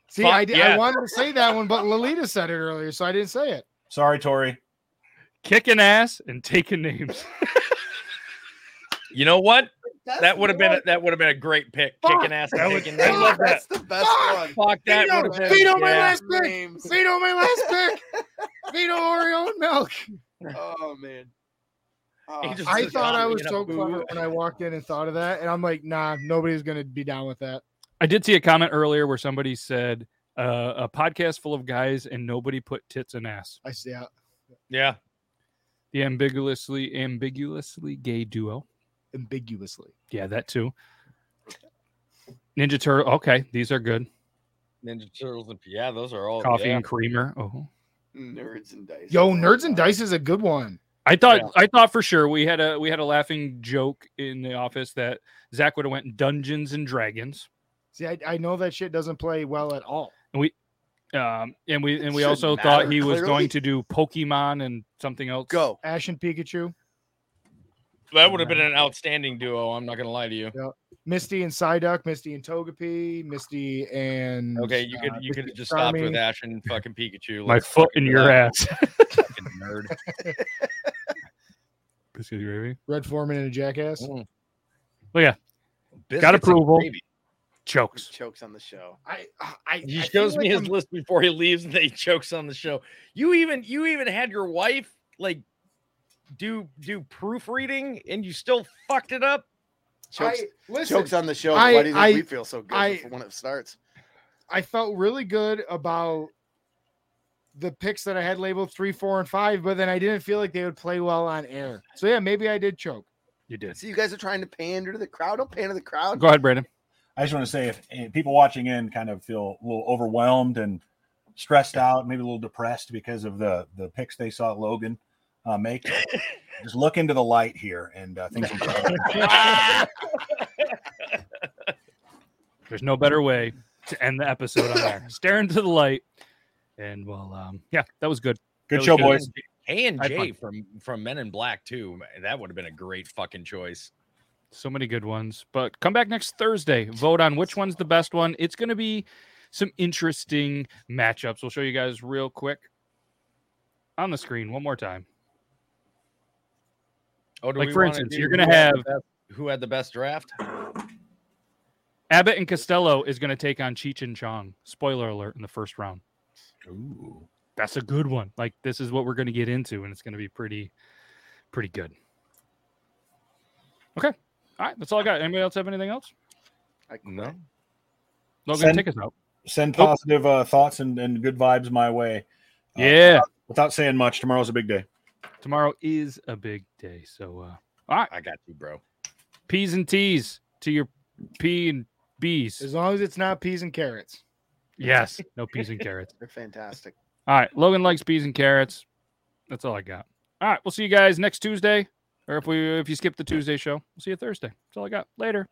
S5: See,
S3: Fuck
S5: I, did, I
S3: yeah.
S5: wanted to say that one, but Lolita said it earlier, so I didn't say it.
S2: Sorry, Tori.
S1: kicking ass and taking names.
S3: You know what?
S4: That's
S3: That would have been a,
S4: one.
S3: that would have been a great pick.
S5: Fuck,
S3: Kicking ass,
S1: that was-
S3: taking
S4: I
S3: names.
S4: love Ah, That's the best
S5: Ah, Fuck!
S4: one.
S3: Fuck that
S5: Vito,
S3: would have been.
S5: Vito, my
S3: yeah.
S5: last pick.
S4: Names.
S5: Vito, (laughs) my last pick. Vito, Oreo and milk.
S4: Oh man. Oh,
S3: just
S5: I
S3: took
S5: thought
S3: off,
S5: I
S3: you
S5: was
S3: know,
S5: so
S3: boo.
S5: clever when I walked in and thought of that, and I'm like, nah, nobody's gonna be down with that.
S1: I did see a comment earlier where somebody said uh, a podcast full of guys and nobody put tits and ass.
S5: I uh, see. Out.
S3: Yeah.
S1: The ambiguously ambiguously gay duo.
S5: Ambiguously,
S1: Yeah, that too. Ninja Turtle. Okay, these are good.
S3: Ninja Turtles and yeah, those are all
S1: Coffee
S3: yeah.
S1: and creamer. Oh,
S4: nerds and dice. Uh,
S5: yo, nerds and dice is a good one.
S1: I thought I thought for sure we had a we had a laughing joke in the office that Zach would have went Dungeons and Dragons.
S5: See, I, I know that shit doesn't play well at all.
S1: Um, and we and we
S4: shouldn't
S1: also thought
S4: matter,
S1: he was
S4: clearly.
S1: going to do Pokemon and something else.
S4: Go.
S5: Ash and Pikachu,
S3: That would have been an outstanding duo. I'm not gonna lie to you.
S5: Misty and Psyduck, Misty and Togepi, Misty and
S3: Okay, you could
S5: uh,
S3: you
S5: Misty
S3: could have just
S5: Charming.
S3: stopped with Ash and fucking Pikachu.
S1: My
S3: Like,
S1: foot in your
S3: that.
S1: ass. (laughs)
S3: fucking nerd.
S1: Biscuit gravy.
S5: Red Foreman and a Jackass.
S3: Mm.
S1: Got
S3: Biscuits and
S1: approval.
S3: gravy.
S1: Chokes.
S4: Chokes on the show.
S5: I, I
S3: He
S5: I
S3: shows
S5: feel
S3: me
S5: like
S3: his
S5: I'm-
S3: list before he leaves, and they jokes on the show. You even you even had your wife like do do proofreading, and you still fucked it up.
S4: Chokes,
S5: I, listen,
S4: chokes on the show.
S5: I-
S4: Why do you think
S5: I-
S4: we feel so good
S5: I-
S4: before- when it starts?
S5: I felt really good about the picks that I had labeled three, four, and five, but then I didn't feel like they would play well on air. So yeah, maybe I did choke.
S1: You did.
S4: See, you guys are trying to pander to the crowd. Don't pander to the crowd.
S1: Go ahead, Brandon.
S2: (laughs) I just want to say if, if people watching in kind of feel a little overwhelmed and stressed out, maybe a little depressed because of the the picks they saw Logan uh, make, (laughs) just look into the light here and uh, things will change.
S1: There's no better way to end the episode on there. Stare into the light. And well, um, yeah, that was good.
S2: Good
S1: Really
S2: show,
S1: good.
S2: boys.
S3: K and
S1: I
S3: J
S1: find-
S3: from from Men in Black too. man, That would have been a great fucking choice.
S1: So many good ones. But come back next Thursday. Vote on which one's the best one. It's going to be some interesting matchups. We'll show you guys real quick on the screen one more time.
S3: Oh, do
S1: Like,
S3: we
S1: for
S3: wanna
S1: instance,
S3: do
S1: you're gonna
S3: who had the
S1: have-
S3: best- who had the best draft?
S1: Abbott and Costello is going to take on Cheech and Chong. Spoiler alert in the first round.
S2: Ooh.
S1: That's a good one. Like this is what we're going to get into, and it's going to be pretty, pretty good. Okay. All right. That's all I got. Anybody else have anything else?
S4: I quit.
S3: No.
S1: Logan,
S2: Send-
S1: take us out.
S2: Send positive uh, thoughts and, and good vibes my way. Uh,
S1: yeah.
S2: Without saying much, tomorrow's a big day.
S1: Tomorrow is a big day. So, uh, all right.
S3: I got you, bro.
S1: P's and T's to your P and B's.
S5: As long as it's not peas and carrots.
S1: Yes. No peas and carrots.
S4: They're fantastic.
S1: All right. Logan likes peas and carrots. That's all I got. All right. We'll see you guys next Tuesday. Or if we if you skip the Tuesday show, we'll see you Thursday. That's all I got. Later.